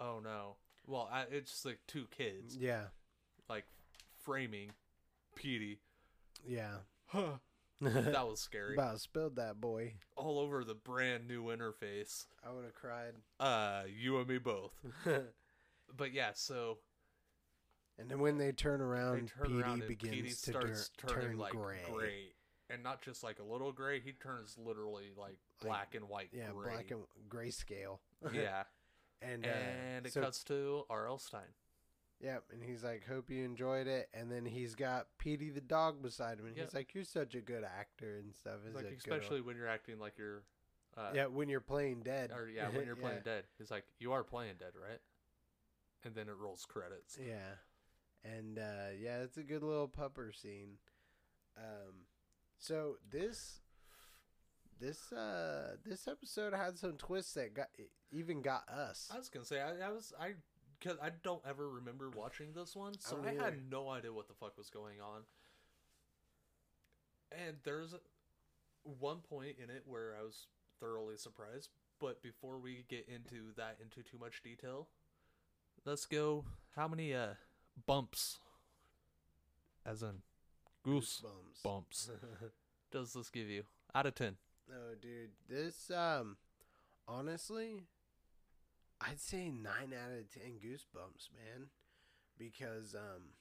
Speaker 2: oh no well I, it's just like two kids
Speaker 1: "Yeah,
Speaker 2: like framing Petey.
Speaker 1: yeah."
Speaker 2: Huh.
Speaker 1: About
Speaker 2: That was scary.
Speaker 1: spilled that boy.
Speaker 2: All over the brand new interface.
Speaker 1: I would have cried.
Speaker 2: Uh, you and me both. But yeah, so
Speaker 1: And then when they turn
Speaker 2: they
Speaker 1: around,
Speaker 2: turn
Speaker 1: PD
Speaker 2: around and um, Petey
Speaker 1: begins to
Speaker 2: starts
Speaker 1: dur-
Speaker 2: turning
Speaker 1: turn
Speaker 2: like
Speaker 1: gray.
Speaker 2: gray. And not just like a little gray, he turns literally like black and white
Speaker 1: Yeah,
Speaker 2: gray.
Speaker 1: black and grayscale.
Speaker 2: yeah.
Speaker 1: and uh,
Speaker 2: And it
Speaker 1: so,
Speaker 2: cuts to R.L. Stein.
Speaker 1: Yep, and he's like, "Hope you enjoyed it." And then he's got Petey the dog beside him, and
Speaker 2: Yep.
Speaker 1: he's like, "You're such a good actor and stuff." Is
Speaker 2: Like
Speaker 1: it
Speaker 2: especially when you're acting like you're uh
Speaker 1: yeah, when you're playing dead,
Speaker 2: or yeah, when you're playing dead. He's like, You are playing dead, right? And then it rolls credits.
Speaker 1: Yeah, and uh, yeah, it's a good little pupper scene. Um, so this this uh this episode had some twists that got e, even got us.
Speaker 2: I was gonna say I, I was I because I don't ever remember watching this one, so
Speaker 1: don't
Speaker 2: I, had
Speaker 1: either.
Speaker 2: no idea what the fuck was going on. And there's one point in it where I was thoroughly surprised. But before we get into that into too much detail, let's go. How many uh bumps, as in goose
Speaker 1: Goosebumps.
Speaker 2: bumps, does this give you out of ten?
Speaker 1: oh, dude, this um, honestly, I'd say nine out of ten goosebumps, man, because um,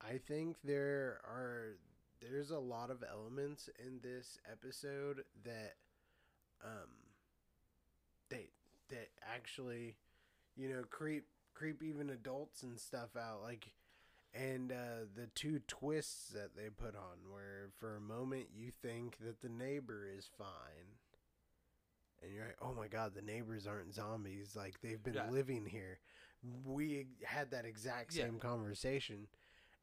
Speaker 1: I think there are there's a lot of elements in this episode that um, they that actually, you know, creep creep even adults and stuff out, like and uh, the two twists that they put on, where for a moment you think that the neighbor is fine, and you're like, oh my god, the neighbors aren't zombies. Like they've been
Speaker 2: Yeah.
Speaker 1: living here. We had that exact
Speaker 2: Yeah.
Speaker 1: same conversation,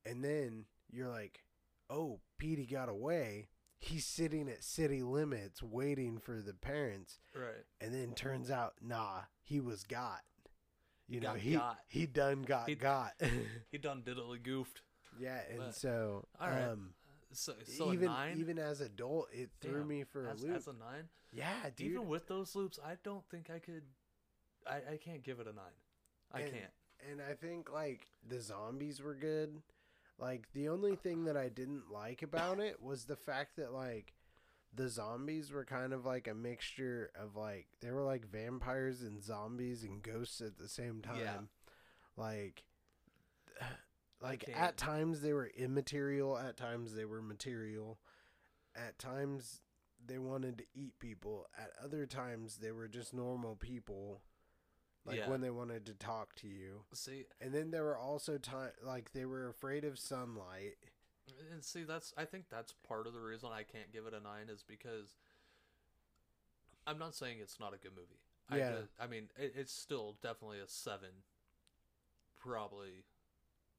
Speaker 1: and then you're like, oh, Petey got away. He's sitting at city limits waiting for the parents,
Speaker 2: Right.
Speaker 1: and then turns out, nah, he was got. You know,
Speaker 2: got
Speaker 1: he
Speaker 2: got.
Speaker 1: he done got
Speaker 2: He-
Speaker 1: got.
Speaker 2: He done diddly goofed.
Speaker 1: Yeah, and
Speaker 2: But-
Speaker 1: so
Speaker 2: all right.
Speaker 1: um,
Speaker 2: So, so
Speaker 1: even
Speaker 2: a nine.
Speaker 1: even as adult, it threw
Speaker 2: Damn,
Speaker 1: me for
Speaker 2: as,
Speaker 1: a loop.
Speaker 2: as a nine.
Speaker 1: yeah, dude.
Speaker 2: Even with those loops, I don't think I could. I, I can't give it a nine. I
Speaker 1: And-
Speaker 2: can't.
Speaker 1: and I think like the zombies were good. Like the only thing that I didn't like about it was the fact that like the zombies were kind of like a mixture of like they were like vampires and zombies and ghosts at the same time.
Speaker 2: Yeah.
Speaker 1: Like like
Speaker 2: can't.
Speaker 1: at times they were immaterial, at times they were material. At times they wanted to eat people, at other times they were just normal people. Like
Speaker 2: Yeah.
Speaker 1: when they wanted to talk to you.
Speaker 2: See,
Speaker 1: And then there were also time like they were afraid of sunlight.
Speaker 2: and see that's I think that's part of the reason I can't give it a 9 is because I'm not saying it's not a good movie. I
Speaker 1: Yeah.
Speaker 2: ju- I mean, it, it's still definitely a 7. Probably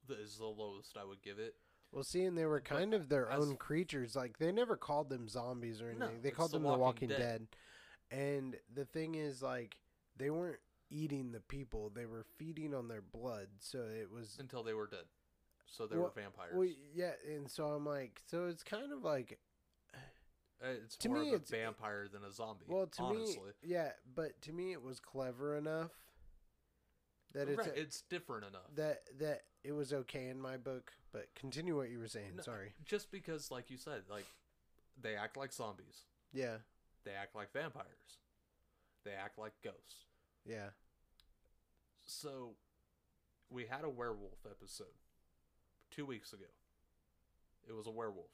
Speaker 2: th- is the lowest I would give it.
Speaker 1: Well, seeing they were
Speaker 2: But
Speaker 1: kind of their
Speaker 2: as-
Speaker 1: own creatures, like they never called them zombies or
Speaker 2: No,
Speaker 1: anything. they
Speaker 2: it's
Speaker 1: called
Speaker 2: The
Speaker 1: them the Walking
Speaker 2: Walking
Speaker 1: Dead.
Speaker 2: Dead.
Speaker 1: And the thing is, like, they weren't eating the people; they were feeding on their blood. So it was,
Speaker 2: until they were dead. So they
Speaker 1: Well-
Speaker 2: were vampires.
Speaker 1: well, yeah. And so I'm like, so it's kind of like,
Speaker 2: Uh, it's
Speaker 1: to
Speaker 2: more
Speaker 1: me,
Speaker 2: of a
Speaker 1: it's- it-
Speaker 2: vampire than a zombie.
Speaker 1: well, to
Speaker 2: honestly.
Speaker 1: me, yeah. But to me, it was clever enough that it's
Speaker 2: right, it's different enough.
Speaker 1: that that it was okay in my book. But continue what you were saying.
Speaker 2: No,
Speaker 1: Sorry.
Speaker 2: Just because, like you said, like they act like zombies,
Speaker 1: Yeah.
Speaker 2: they act like vampires, they act like ghosts.
Speaker 1: Yeah.
Speaker 2: So we had a werewolf episode two weeks ago. It was a werewolf.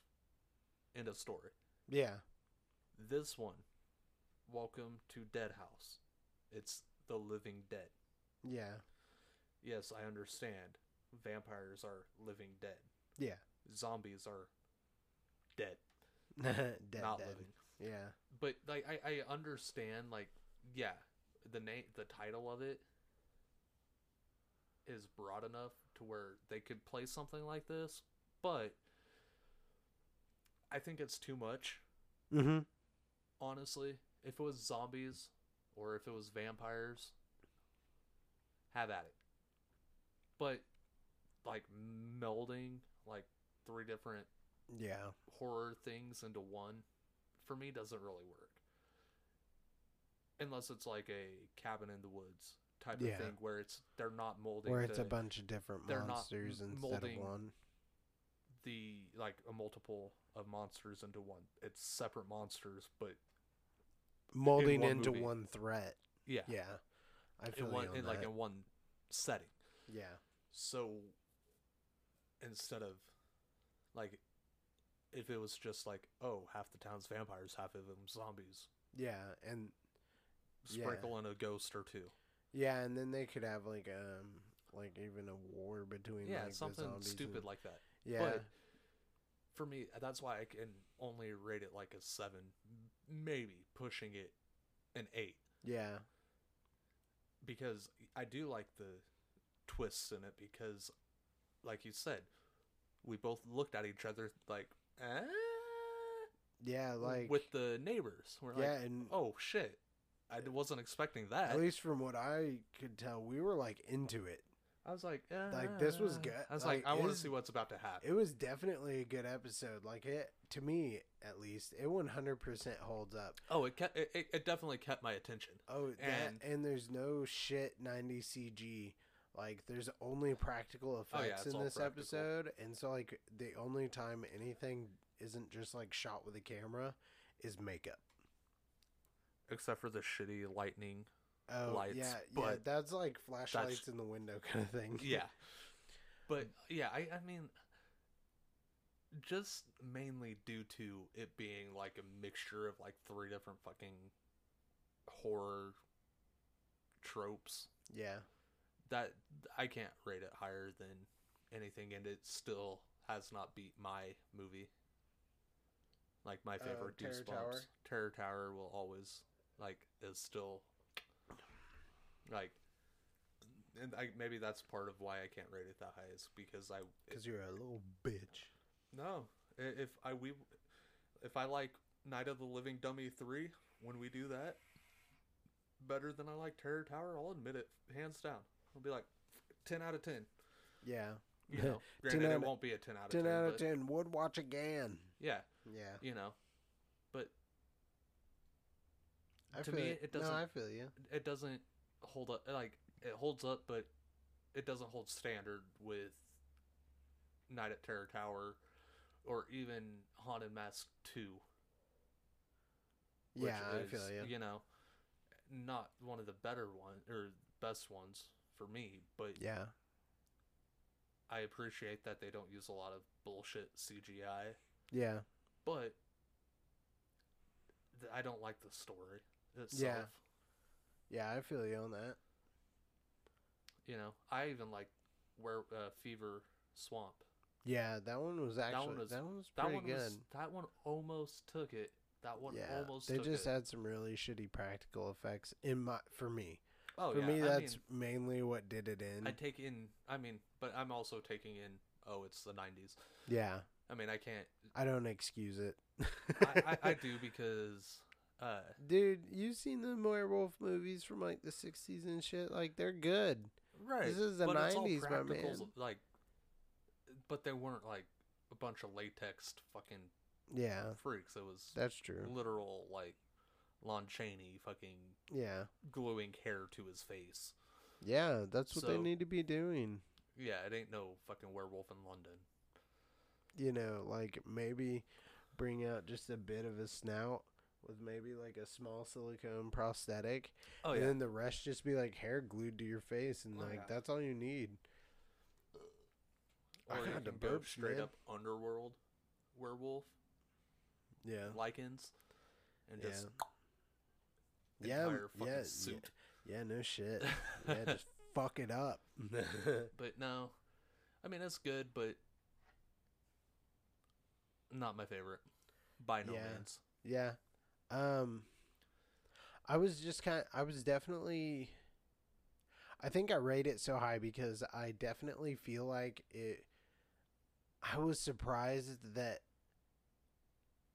Speaker 2: End of story.
Speaker 1: Yeah.
Speaker 2: This one, Welcome to Dead House. It's the living dead.
Speaker 1: Yeah.
Speaker 2: Yes, I understand. Vampires are living dead.
Speaker 1: Yeah.
Speaker 2: Zombies are dead,
Speaker 1: dead,
Speaker 2: not
Speaker 1: dead.
Speaker 2: living.
Speaker 1: Yeah.
Speaker 2: But like I, I understand like yeah, the name the title of it is broad enough to where they could play something like this, but I think it's too much,
Speaker 1: Mm-hmm.
Speaker 2: honestly. If it was zombies or if it was vampires, have at it. But like melding like three different
Speaker 1: Yeah.
Speaker 2: horror things into one for me doesn't really work unless it's like a cabin in the woods type
Speaker 1: Yeah.
Speaker 2: of thing where it's they're not molding
Speaker 1: Where it's
Speaker 2: the,
Speaker 1: a bunch of different
Speaker 2: they're not
Speaker 1: monsters
Speaker 2: m-
Speaker 1: instead
Speaker 2: molding-
Speaker 1: of one.
Speaker 2: the like a multiple of monsters into one it's separate monsters but
Speaker 1: Molding
Speaker 2: one
Speaker 1: into
Speaker 2: movie.
Speaker 1: one threat.
Speaker 2: yeah,
Speaker 1: Yeah. I feel
Speaker 2: in
Speaker 1: you
Speaker 2: one
Speaker 1: on
Speaker 2: in like
Speaker 1: that.
Speaker 2: in one setting
Speaker 1: yeah.
Speaker 2: so instead of like if it was just like oh half the town's vampires half of them zombies
Speaker 1: Yeah. And Yeah.
Speaker 2: sprinkle in a ghost or two
Speaker 1: yeah, and then they could have like um like even a war between
Speaker 2: yeah
Speaker 1: like the
Speaker 2: something
Speaker 1: zombies
Speaker 2: stupid
Speaker 1: and-
Speaker 2: like that
Speaker 1: yeah.
Speaker 2: but- for me that's why i can only rate it like a seven maybe pushing it an eight
Speaker 1: yeah.
Speaker 2: because i do like the twists in it because like you said we both looked at each other like eh?
Speaker 1: Yeah, like
Speaker 2: with the neighbors we're
Speaker 1: Yeah,
Speaker 2: like
Speaker 1: and
Speaker 2: oh shit i d- wasn't expecting that
Speaker 1: at least from what I could tell, we were like into it.
Speaker 2: i was like eh.
Speaker 1: Like, this was good.
Speaker 2: i was like,
Speaker 1: Like,
Speaker 2: i
Speaker 1: it
Speaker 2: want to
Speaker 1: is-
Speaker 2: see what's about to happen
Speaker 1: It was definitely a good episode. Like it to me at least, it one hundred percent holds up.
Speaker 2: oh it kept it, it- it definitely kept my attention
Speaker 1: Oh, and
Speaker 2: And-
Speaker 1: that, and there's no shit 90 CG. Like there's only practical
Speaker 2: Oh, yeah,
Speaker 1: effects
Speaker 2: it's
Speaker 1: in
Speaker 2: all
Speaker 1: this
Speaker 2: practical.
Speaker 1: episode, and so like the only time anything isn't just like shot with a camera is makeup.
Speaker 2: except for the shitty lightning
Speaker 1: Oh
Speaker 2: Lights,
Speaker 1: yeah, yeah,
Speaker 2: but
Speaker 1: that's like flashlights in the window kind of thing.
Speaker 2: yeah but yeah I, I mean just mainly due to it being like a mixture of like three different fucking horror tropes
Speaker 1: yeah,
Speaker 2: that i can't rate it higher than anything and it still has not beat my movie like my
Speaker 1: Oh,
Speaker 2: favorite
Speaker 1: Terror
Speaker 2: Goosebumps.
Speaker 1: Tower?
Speaker 2: terror tower will always like is still like and I, maybe that's part of why I can't rate it that high is because I
Speaker 1: because you're a little bitch.
Speaker 2: no. I- If I we if I like Night of the Living Dummy 3 when we do that better than I like Terror Tower, I'll admit it hands down. I'll be like 10 out of 10.
Speaker 1: Yeah,
Speaker 2: You know,
Speaker 1: 10
Speaker 2: granted
Speaker 1: out
Speaker 2: it
Speaker 1: of-
Speaker 2: won't be a 10 out of 10.
Speaker 1: ten out of
Speaker 2: but
Speaker 1: ten. Would watch again.
Speaker 2: Yeah,
Speaker 1: Yeah,
Speaker 2: you know. But
Speaker 1: I
Speaker 2: To
Speaker 1: feel
Speaker 2: me,
Speaker 1: you.
Speaker 2: it
Speaker 1: No,
Speaker 2: doesn't-
Speaker 1: I feel you.
Speaker 2: it doesn't hold up like it holds up but it doesn't hold standard with Night at Terror Tower or even Haunted Mask 2 which
Speaker 1: Yeah, I feel
Speaker 2: is,
Speaker 1: you.
Speaker 2: you know not one of the better one or best ones for me but
Speaker 1: Yeah,
Speaker 2: I appreciate that they don't use a lot of bullshit CGI,
Speaker 1: Yeah.
Speaker 2: but th- I don't like the story itself.
Speaker 1: Yeah. Yeah, I feel you on that.
Speaker 2: You know, I even like where uh, Fever Swamp.
Speaker 1: Yeah, that one was actually that one was,
Speaker 2: was- That
Speaker 1: pretty
Speaker 2: one
Speaker 1: good.
Speaker 2: was that one almost took it. That one
Speaker 1: yeah,
Speaker 2: almost
Speaker 1: they
Speaker 2: took
Speaker 1: just
Speaker 2: it.
Speaker 1: had some really shitty practical effects in my for me.
Speaker 2: oh
Speaker 1: for
Speaker 2: yeah,
Speaker 1: me,
Speaker 2: I
Speaker 1: that's
Speaker 2: mean,
Speaker 1: mainly what did it in.
Speaker 2: I take in. I mean, but I'm also taking in. Oh, it's the '90s.
Speaker 1: yeah,
Speaker 2: I mean, I can't.
Speaker 1: I don't excuse it.
Speaker 2: I, I, I do because. Uh,
Speaker 1: Dude, you've seen the werewolf movies from like the '60s and shit. Like they're good.
Speaker 2: right.
Speaker 1: This is the
Speaker 2: but it's all
Speaker 1: 90s, my
Speaker 2: practicals,
Speaker 1: man.
Speaker 2: Like, but they weren't like a bunch of latex fucking
Speaker 1: Yeah,
Speaker 2: freaks. It was
Speaker 1: that's
Speaker 2: Mm.
Speaker 1: true.
Speaker 2: literal like Lon Chaney fucking
Speaker 1: Yeah,
Speaker 2: gluing hair to his face.
Speaker 1: yeah, that's what they
Speaker 2: So-
Speaker 1: need to be doing.
Speaker 2: Yeah, it ain't no fucking werewolf in London.
Speaker 1: you know, like maybe bring out just a bit of a snout with maybe like a small silicone prosthetic,
Speaker 2: Oh
Speaker 1: and
Speaker 2: yeah,
Speaker 1: then the rest just be like hair glued to your face, and
Speaker 2: Oh,
Speaker 1: like
Speaker 2: yeah.
Speaker 1: that's all you need. I
Speaker 2: or you
Speaker 1: had to
Speaker 2: can go
Speaker 1: burp,
Speaker 2: straight
Speaker 1: man.
Speaker 2: up underworld werewolf
Speaker 1: Yeah,
Speaker 2: lichens and
Speaker 1: Yeah.
Speaker 2: just
Speaker 1: yeah,
Speaker 2: entire fucking
Speaker 1: yeah,
Speaker 2: suit.
Speaker 1: yeah, yeah, no shit. yeah, just fuck it up.
Speaker 2: but no, I mean that's good, but not my favorite by no
Speaker 1: Yeah.
Speaker 2: means.
Speaker 1: yeah, um, I was just kind. I was definitely. I think I rate it so high because I definitely feel like it. I was surprised that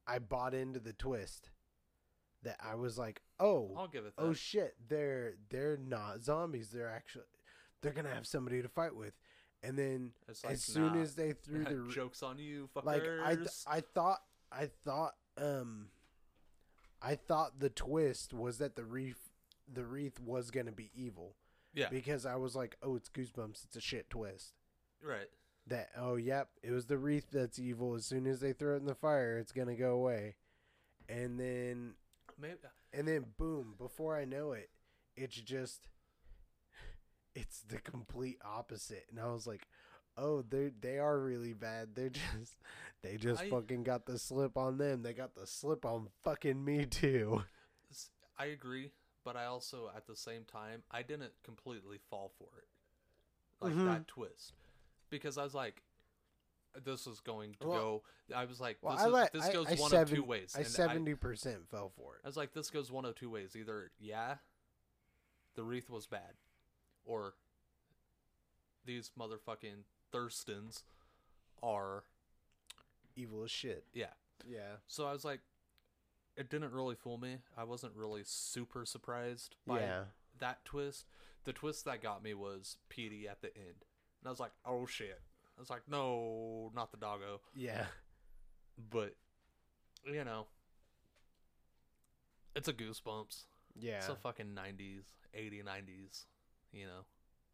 Speaker 1: I bought into the twist. That I was like, oh,
Speaker 2: I'll give it that.
Speaker 1: oh shit, they're they're not zombies. They're actually they're gonna have somebody to fight with. And then
Speaker 2: it's like,
Speaker 1: as soon
Speaker 2: nah,
Speaker 1: as they threw the r-
Speaker 2: jokes on you, fuckers.
Speaker 1: like I th- I thought I thought um I thought the twist was that the reef the wreath was gonna be evil
Speaker 2: yeah,
Speaker 1: because I was like, oh, it's goosebumps. It's a shit twist.
Speaker 2: right.
Speaker 1: That oh yep, it was the wreath that's evil. As soon as they throw it in the fire, it's gonna go away. And then
Speaker 2: Maybe
Speaker 1: and then boom, before I know it, it's just it's the complete opposite. And I was like, "Oh, they they are really bad. They're just they just
Speaker 2: I-
Speaker 1: fucking got the slip on them. They got the slip on fucking me too."
Speaker 2: s- I agree, but I also at the same time I didn't completely fall for it, like
Speaker 1: Mhm.
Speaker 2: that twist, because I was like, this is going to
Speaker 1: Well-
Speaker 2: go. I was like,
Speaker 1: Well,
Speaker 2: this,
Speaker 1: I
Speaker 2: is,
Speaker 1: like
Speaker 2: this
Speaker 1: I,
Speaker 2: goes
Speaker 1: I
Speaker 2: one
Speaker 1: seven,
Speaker 2: of two ways.
Speaker 1: I
Speaker 2: and
Speaker 1: seventy percent fell for
Speaker 2: I
Speaker 1: it.
Speaker 2: was like, this goes one of two ways. Either yeah, the wreath was bad, or these motherfucking Thurstons are
Speaker 1: Evil as shit.
Speaker 2: yeah.
Speaker 1: Yeah.
Speaker 2: So I was like, it didn't really fool me. I wasn't really super surprised by
Speaker 1: yeah.
Speaker 2: that twist. The twist that got me was Petey at the end, and I was like, oh shit. I was like, no, not the doggo.
Speaker 1: Yeah.
Speaker 2: But you know, it's a goosebumps.
Speaker 1: Yeah.
Speaker 2: It's a fucking 90s, 80, 90s, you know. book,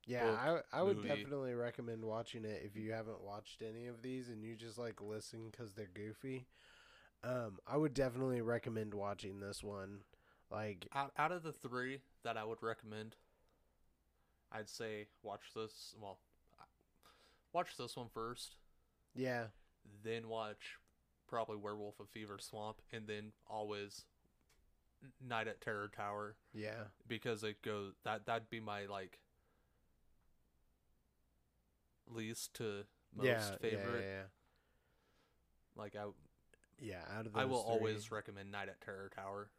Speaker 1: Yeah, I, I would
Speaker 2: movie.
Speaker 1: definitely recommend watching it if you haven't watched any of these and you just like listen because they're goofy. Um, I would definitely recommend watching this one. Like,
Speaker 2: Out, out of the three that I would recommend, I'd say watch this. Well, I- watch this one first,
Speaker 1: yeah,
Speaker 2: then watch probably Werewolf of Fever Swamp, and then always Night at Terror Tower
Speaker 1: yeah,
Speaker 2: because it goes that that'd be my like least to most
Speaker 1: yeah, yeah,
Speaker 2: favorite.
Speaker 1: yeah,
Speaker 2: Like I,
Speaker 1: yeah, yeah. Out of
Speaker 2: I will
Speaker 1: those
Speaker 2: always
Speaker 1: three.
Speaker 2: recommend Night at Terror Tower.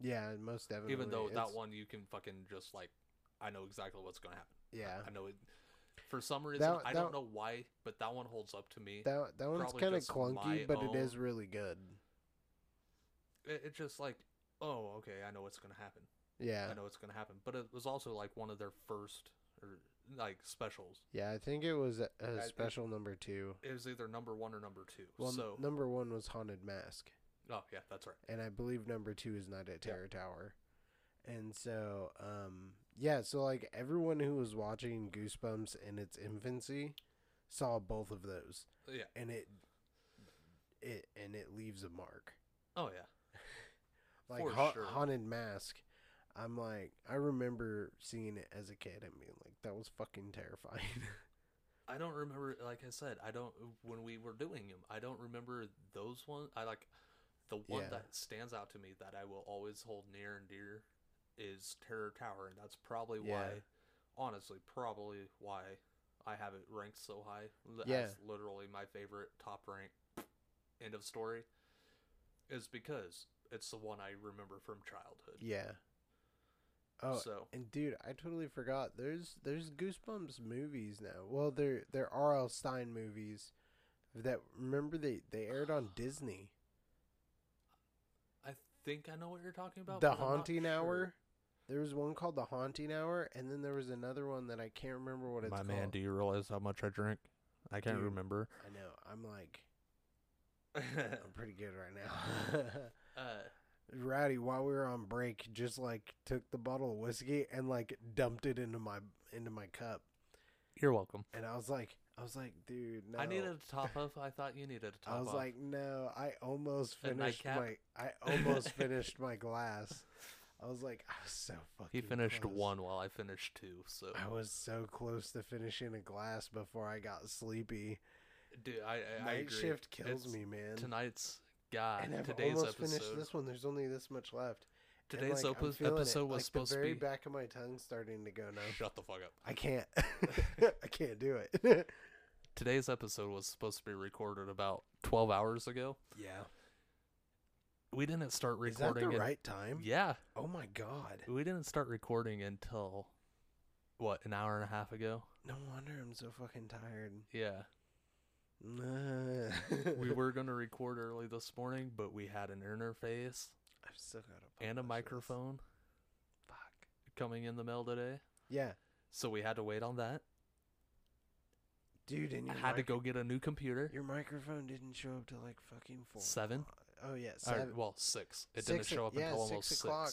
Speaker 1: yeah, most definitely.
Speaker 2: even though that
Speaker 1: It's-
Speaker 2: one you can fucking just like i know exactly what's gonna happen
Speaker 1: yeah,
Speaker 2: i know it for some reason
Speaker 1: That-
Speaker 2: i
Speaker 1: that-
Speaker 2: don't know why but that one holds up to me
Speaker 1: that that one's
Speaker 2: probably
Speaker 1: kind of
Speaker 2: just my
Speaker 1: clunky, but it is
Speaker 2: own-
Speaker 1: really good.
Speaker 2: it, it's just like oh okay i know what's gonna happen
Speaker 1: Yeah,
Speaker 2: i know it's gonna happen but it was also like one of their first or like specials
Speaker 1: yeah, I think it was a, a
Speaker 2: I-
Speaker 1: special number two.
Speaker 2: it was either number one or number two
Speaker 1: Well, n-
Speaker 2: so
Speaker 1: number one was Haunted Mask.
Speaker 2: oh yeah that's right
Speaker 1: and I believe number two is not at Terror Tower. And so, um, yeah, so like everyone who was watching Goosebumps in its infancy saw both of those,
Speaker 2: yeah
Speaker 1: and it, it and it leaves a mark.
Speaker 2: oh yeah
Speaker 1: Like
Speaker 2: For
Speaker 1: ha-
Speaker 2: sure.
Speaker 1: Haunted Mask, I'm like I remember seeing it as a kid and being like that was fucking terrifying.
Speaker 2: I don't remember. Like I said, I don't. When we were doing them, I don't remember those ones. I like the one
Speaker 1: Yeah.
Speaker 2: that stands out to me that I will always hold near and dear is Terror Tower, and that's probably why.
Speaker 1: Yeah.
Speaker 2: Honestly, probably why I have it ranked so high. L-
Speaker 1: Yeah.
Speaker 2: As literally my favorite top rank. End of story. Is because it's the one I remember from childhood.
Speaker 1: Yeah. Oh,
Speaker 2: so
Speaker 1: and dude, I totally forgot. There's there's Goosebumps movies now. Well, there there are R.L. Stein movies that remember they they aired on Disney.
Speaker 2: I think I know what you're talking about.
Speaker 1: the
Speaker 2: but I'm not
Speaker 1: Haunting
Speaker 2: sure.
Speaker 1: Hour. There was one called The Haunting Hour, and then there was another one that I can't remember what it's
Speaker 2: My
Speaker 1: called.
Speaker 2: man, do you realize how much I drink? I can't
Speaker 1: Dude.
Speaker 2: remember.
Speaker 1: I know. I'm like I'm
Speaker 2: uh,
Speaker 1: pretty good right now. Rowdy, while we were on break, just like took the bottle of whiskey and like dumped it into my into my cup,
Speaker 2: you're welcome.
Speaker 1: and I was like, I was like, dude, no.
Speaker 2: I needed a top up. I thought you needed a top
Speaker 1: I was
Speaker 2: up.
Speaker 1: like, no, I almost
Speaker 2: A
Speaker 1: finished
Speaker 2: nightcap?
Speaker 1: my I almost finished my glass. I was like, I was so fucking.
Speaker 2: he finished
Speaker 1: close.
Speaker 2: one while I finished two. So,
Speaker 1: I was so close to finishing a glass before I got sleepy.
Speaker 2: dude, I, I, I
Speaker 1: Night
Speaker 2: agree.
Speaker 1: shift kills
Speaker 2: It's
Speaker 1: me, man.
Speaker 2: Tonight's God,
Speaker 1: and I've
Speaker 2: today's
Speaker 1: almost
Speaker 2: episode.
Speaker 1: finished this one. There's only this much left. And,
Speaker 2: today's
Speaker 1: like, I'm
Speaker 2: opus-
Speaker 1: feeling it.
Speaker 2: episode was
Speaker 1: Like,
Speaker 2: supposed
Speaker 1: the very
Speaker 2: to be.
Speaker 1: back of my tongue starting to go now.
Speaker 2: Shut the fuck up.
Speaker 1: I can't. I can't do it.
Speaker 2: Today's episode was supposed to be recorded about 12 hours ago.
Speaker 1: yeah.
Speaker 2: We didn't start
Speaker 1: Is that the
Speaker 2: recording. it-
Speaker 1: right time?
Speaker 2: Yeah,
Speaker 1: Oh my god.
Speaker 2: we didn't start recording until what an hour and a half ago.
Speaker 1: No wonder I'm so fucking tired.
Speaker 2: Yeah. we were going to record early this morning, but we had an interface
Speaker 1: I've still got a
Speaker 2: and a microphone
Speaker 1: Fuck.
Speaker 2: coming in the mail today.
Speaker 1: Yeah,
Speaker 2: So we had to wait on that.
Speaker 1: dude. And
Speaker 2: I
Speaker 1: your
Speaker 2: had to
Speaker 1: mic-
Speaker 2: go get a new computer.
Speaker 1: Your microphone didn't show up till like fucking four.
Speaker 2: Seven?
Speaker 1: Oh yeah,
Speaker 2: Or,
Speaker 1: seven.
Speaker 2: well, six. It
Speaker 1: Six
Speaker 2: didn't
Speaker 1: o-
Speaker 2: show up
Speaker 1: yeah,
Speaker 2: until
Speaker 1: six
Speaker 2: almost six.
Speaker 1: o'clock.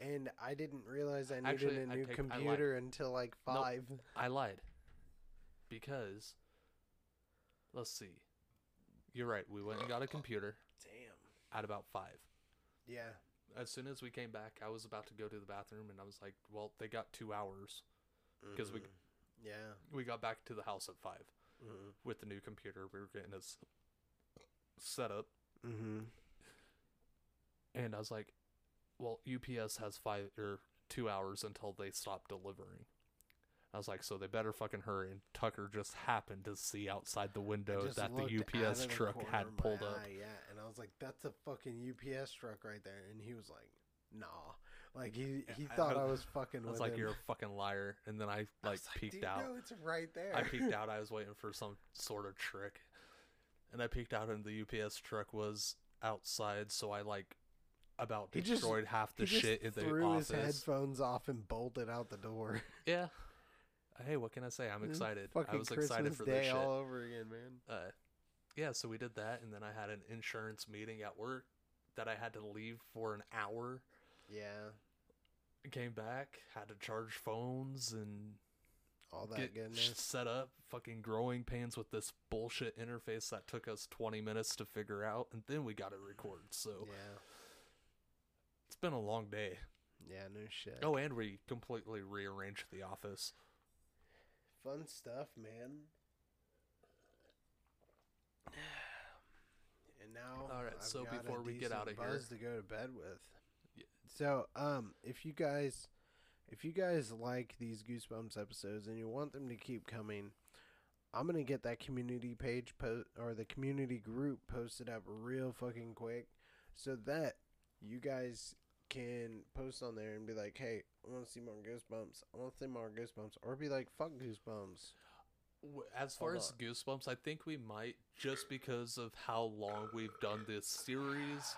Speaker 1: and I didn't realize I needed
Speaker 2: Actually,
Speaker 1: a
Speaker 2: I
Speaker 1: new
Speaker 2: take- I lied.
Speaker 1: computer until like
Speaker 2: Nope.
Speaker 1: five.
Speaker 2: I lied. Because, let's see. You're right. We went and got a computer
Speaker 1: Damn.
Speaker 2: at about five.
Speaker 1: Yeah.
Speaker 2: As soon as we came back, I was about to go to the bathroom and I was like, well, they got two hours. 'Cause we-
Speaker 1: Mhm. Yeah.
Speaker 2: We got back to the house at five
Speaker 1: Mhm.
Speaker 2: with the new computer. We were getting it set up.
Speaker 1: Mhm.
Speaker 2: and I was like, "Well, UPS has five or two hours until they stop delivering." I was like, "So they better fucking hurry." And Tucker just happened to see outside the
Speaker 1: I
Speaker 2: window
Speaker 1: just
Speaker 2: that
Speaker 1: looked
Speaker 2: the
Speaker 1: out
Speaker 2: UPS
Speaker 1: of the
Speaker 2: truck
Speaker 1: corner
Speaker 2: had
Speaker 1: of my
Speaker 2: pulled up.
Speaker 1: eye, yeah, and I was like, "That's a fucking UPS truck right there," and he was like, "Nah." Like he he
Speaker 2: I- I
Speaker 1: thought I,
Speaker 2: was-
Speaker 1: was fucking.
Speaker 2: I was
Speaker 1: with
Speaker 2: like,
Speaker 1: him.
Speaker 2: "You're a fucking liar!" And then I
Speaker 1: I
Speaker 2: like
Speaker 1: was
Speaker 2: peeked
Speaker 1: "Dude,
Speaker 2: out.
Speaker 1: No, it's right there.
Speaker 2: I peeked out. I was waiting for some sort of trick, and I peeked out, and the UPS truck was outside. So I like about
Speaker 1: He just-
Speaker 2: destroyed half the
Speaker 1: he just
Speaker 2: shit in the
Speaker 1: threw
Speaker 2: office.
Speaker 1: his headphones off and bolted out the door.
Speaker 2: Yeah. Uh, Hey, what can I say? I'm excited.
Speaker 1: Mm-hmm. Fucking
Speaker 2: I was excited
Speaker 1: Christmas
Speaker 2: for
Speaker 1: Day
Speaker 2: this shit.
Speaker 1: all over again, man.
Speaker 2: uh, yeah, so we did that, and then I had an insurance meeting at work that I had to leave for an hour.
Speaker 1: Yeah,
Speaker 2: Came back, had to charge phones and
Speaker 1: all that
Speaker 2: get sh-
Speaker 1: goodness.
Speaker 2: set up. Fucking growing pains with this bullshit interface that took us 20 minutes to figure out, and then we got it recorded. So
Speaker 1: Yeah,
Speaker 2: it's been a long day.
Speaker 1: yeah, no shit.
Speaker 2: Oh, and we completely rearranged the office.
Speaker 1: Fun stuff, man. And now,
Speaker 2: All right,
Speaker 1: I've
Speaker 2: so
Speaker 1: got a
Speaker 2: before we get
Speaker 1: decent
Speaker 2: out of here-
Speaker 1: buzz to go to bed with.
Speaker 2: Yeah.
Speaker 1: So, um, if you guys, if you guys like these Goosebumps episodes and you want them to keep coming, I'm gonna get that community page po- or the community group posted up real fucking quick, so that you guys can post on there and be like, "Hey, I want to see more Goosebumps. I want to see more Goosebumps," or be like, "Fuck Goosebumps."
Speaker 2: W- As far
Speaker 1: Hold
Speaker 2: as
Speaker 1: on.
Speaker 2: Goosebumps, I think we might, just because of how long we've done this series,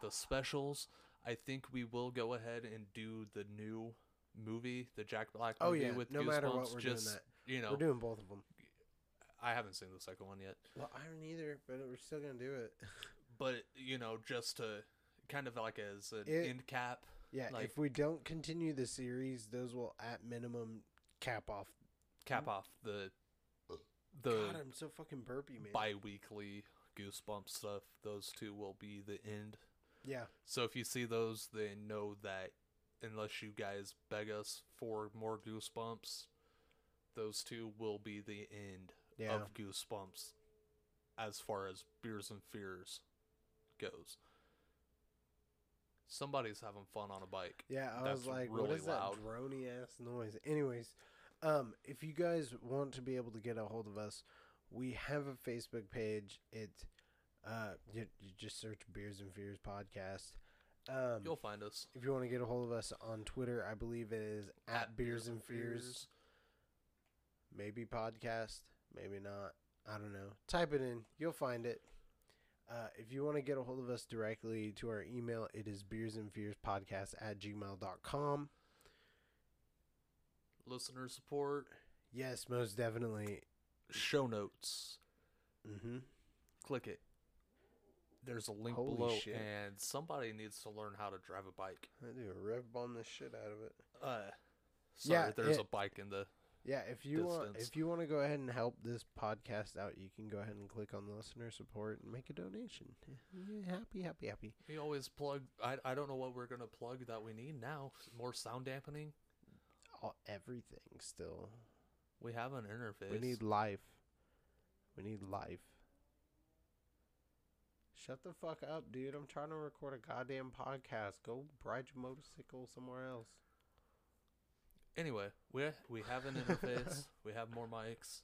Speaker 2: the specials, I think we will go ahead and do the new movie, the Jack Black
Speaker 1: Oh
Speaker 2: movie
Speaker 1: yeah,
Speaker 2: with
Speaker 1: no
Speaker 2: Goosebumps.
Speaker 1: matter what, we're
Speaker 2: just,
Speaker 1: doing that.
Speaker 2: you know,
Speaker 1: We're doing both of them.
Speaker 2: I haven't seen the second one yet,
Speaker 1: Well, I don't either, but we're still gonna do it.
Speaker 2: but, you know, just to kind of like as an
Speaker 1: It-
Speaker 2: end cap.
Speaker 1: Yeah,
Speaker 2: Like-
Speaker 1: if we don't continue the series, those will at minimum cap off.
Speaker 2: Cap off the the
Speaker 1: God, I'm so fucking burpy, man.
Speaker 2: bi-weekly Goosebumps stuff. Those two will be the end
Speaker 1: Yeah,
Speaker 2: So if you see those, then know that unless you guys beg us for more goosebumps, those two will be the end
Speaker 1: Yeah.
Speaker 2: of Goosebumps as far as Beers and Fears goes. Somebody's having fun on a bike.
Speaker 1: Yeah, I
Speaker 2: That's
Speaker 1: was like,
Speaker 2: really
Speaker 1: what is
Speaker 2: loud.
Speaker 1: that drony ass noise? Anyways, um, if you guys want to be able to get a hold of us, we have a Facebook page. It's uh, you, you just search Beers and Fears podcast. Um,
Speaker 2: You'll find us.
Speaker 1: if you want to get a hold of us on Twitter, I believe it is at Beers and Fears. maybe podcast, maybe not. I don't know. Type it in, you'll find it. Uh, if you want to get a hold of us directly to our email, it is beersandfearspodcast at gmail.com.
Speaker 2: Listener support.
Speaker 1: Yes, most definitely.
Speaker 2: Show notes.
Speaker 1: Mm-hmm.
Speaker 2: Click it. There's a link
Speaker 1: Holy
Speaker 2: below,
Speaker 1: shit.
Speaker 2: and somebody needs to learn how to drive a bike.
Speaker 1: I do a rev bomb the shit out of it.
Speaker 2: Uh, sorry,
Speaker 1: Yeah,
Speaker 2: there's
Speaker 1: it-
Speaker 2: a bike in the.
Speaker 1: Yeah, if you want,
Speaker 2: Distance.
Speaker 1: if you want to go ahead and help this podcast out, you can go ahead and click on the listener support and make a donation. Yeah, Happy, happy, happy.
Speaker 2: We always plug. I, I don't know what we're gonna plug that we need now. More sound dampening.
Speaker 1: All everything still.
Speaker 2: We have an interface.
Speaker 1: We need life. We need life. Shut the fuck up, dude. I'm trying to record a goddamn podcast. Go ride your motorcycle somewhere else.
Speaker 2: Anyway, we we have an interface. we have more mics.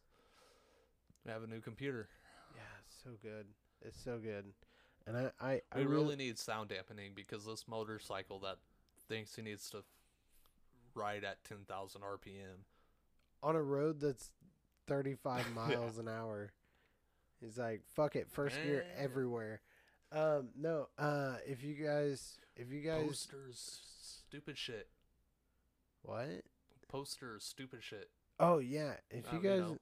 Speaker 2: We have a new computer.
Speaker 1: Yeah, it's so good. It's so good. And I, I, I
Speaker 2: We really need sound dampening because this motorcycle that thinks he needs to f- ride at 10,000 RPM.
Speaker 1: on a road that's 35 miles an hour. It's like fuck it, first gear
Speaker 2: Eh.
Speaker 1: everywhere. Um, no, uh, if you guys, if you guys,
Speaker 2: Posters, stupid shit.
Speaker 1: what?
Speaker 2: Posters, stupid shit.
Speaker 1: Oh yeah, if
Speaker 2: Uh,
Speaker 1: you
Speaker 2: you
Speaker 1: guys,
Speaker 2: know.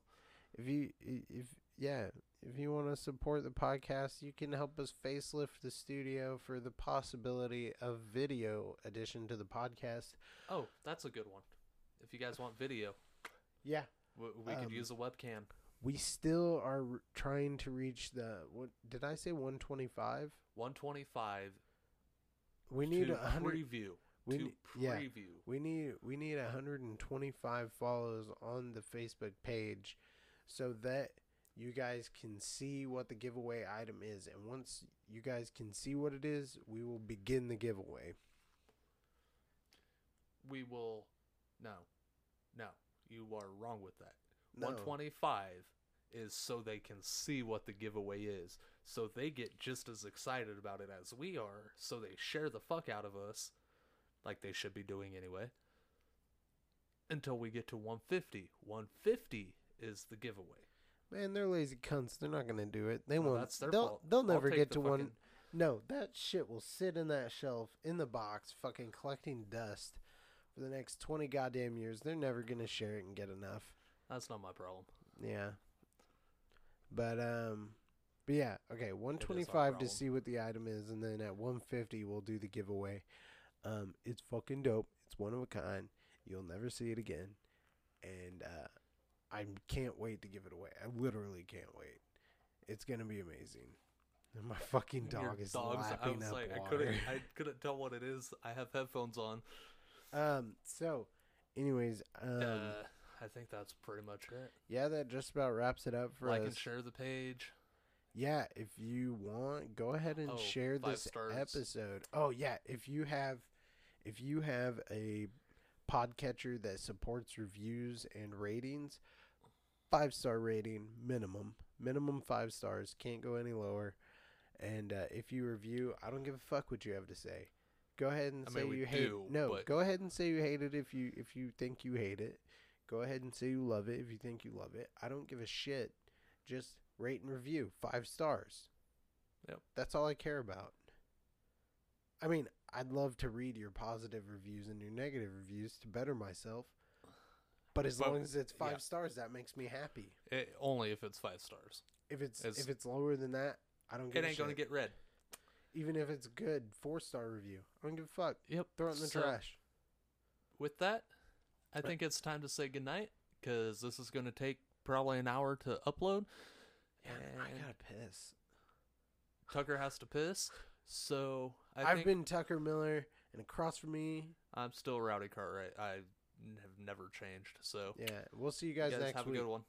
Speaker 1: if you i- if yeah, if you want to support the podcast, you can help us facelift the studio for the possibility of video addition to the podcast.
Speaker 2: Oh, that's a good one. If you guys want video,
Speaker 1: Yeah,
Speaker 2: we, we could
Speaker 1: Um,
Speaker 2: use a webcam.
Speaker 1: we still are r- trying to reach the what did I say 125?
Speaker 2: 125
Speaker 1: We need
Speaker 2: to
Speaker 1: a 100
Speaker 2: preview.
Speaker 1: we
Speaker 2: to
Speaker 1: ne- yeah.
Speaker 2: preview.
Speaker 1: We need we need 125 follows on the Facebook page so that you guys can see what the giveaway item is and once you guys can see what it is, we will begin the giveaway.
Speaker 2: We will. No. No. You are wrong with that.
Speaker 1: No.
Speaker 2: 125 is so they can see what the giveaway is. So they get just as excited about it as we are. So they share the fuck out of us, like they should be doing anyway, until we get to 150. 150 is the giveaway.
Speaker 1: Man, they're lazy cunts. They're not going to do it. They
Speaker 2: No,
Speaker 1: won't.
Speaker 2: that's their
Speaker 1: they'll
Speaker 2: fault.
Speaker 1: they'll
Speaker 2: I'll
Speaker 1: never
Speaker 2: take
Speaker 1: get
Speaker 2: the
Speaker 1: to one.
Speaker 2: fucking-
Speaker 1: No, that shit will sit in that shelf in the box fucking collecting dust for the next 20 goddamn years. They're never going to share it and get enough.
Speaker 2: That's not my problem.
Speaker 1: Yeah. But um but yeah, okay,
Speaker 2: our
Speaker 1: 125 to
Speaker 2: problem.
Speaker 1: see what the item is and then at 150 we'll do the giveaway. Um it's fucking dope. It's one of a kind. You'll never see it again. And uh I can't wait to give it away. I literally can't wait. It's going to be amazing. And my fucking
Speaker 2: Your
Speaker 1: dog is
Speaker 2: dogs, I
Speaker 1: lapping
Speaker 2: was
Speaker 1: up
Speaker 2: like,
Speaker 1: water.
Speaker 2: I couldn't, I couldn't tell what it is. I have headphones on.
Speaker 1: Um so anyways, um
Speaker 2: uh, I think that's pretty much it.
Speaker 1: yeah, that just about wraps it up for
Speaker 2: Like
Speaker 1: us.
Speaker 2: and share the page.
Speaker 1: Yeah, if you want, go ahead and
Speaker 2: Oh,
Speaker 1: share
Speaker 2: five
Speaker 1: this
Speaker 2: stars.
Speaker 1: episode. Oh yeah, if you have if you have a podcatcher that supports reviews and ratings, five star rating minimum. Minimum five stars, can't go any lower. And uh, if you review, I don't give a fuck what you have to say. Go ahead and
Speaker 2: I
Speaker 1: say
Speaker 2: mean, we
Speaker 1: you
Speaker 2: do,
Speaker 1: hate. No,
Speaker 2: but-
Speaker 1: go ahead and say you hate it if you if you think you hate it. Go ahead and say you love it if you think you love it. I don't give a shit. Just rate and review five stars.
Speaker 2: Yep.
Speaker 1: That's all I care about. I mean, I'd love to read your positive reviews and your negative reviews to better myself. But as
Speaker 2: But-
Speaker 1: long as it's five
Speaker 2: yeah.
Speaker 1: stars, that makes me happy.
Speaker 2: It, only if it's five stars.
Speaker 1: If it's
Speaker 2: It's-
Speaker 1: if it's lower than that, I don't give
Speaker 2: It
Speaker 1: a
Speaker 2: ain't
Speaker 1: shit.
Speaker 2: gonna get read.
Speaker 1: Even if it's good, four star review. I don't give a fuck.
Speaker 2: Yep.
Speaker 1: Throw it in the
Speaker 2: So,
Speaker 1: trash.
Speaker 2: With that, I
Speaker 1: Right.
Speaker 2: think it's time to say goodnight because this is gonna take probably an hour to upload.
Speaker 1: I
Speaker 2: and
Speaker 1: gotta piss.
Speaker 2: Tucker has to piss, so I
Speaker 1: I've
Speaker 2: think
Speaker 1: been Tucker Miller, and across from me,
Speaker 2: I'm still Rowdy Cartwright. I n- have never changed. So
Speaker 1: Yeah, we'll see you guys,
Speaker 2: you guys
Speaker 1: next
Speaker 2: have
Speaker 1: week.
Speaker 2: a good one.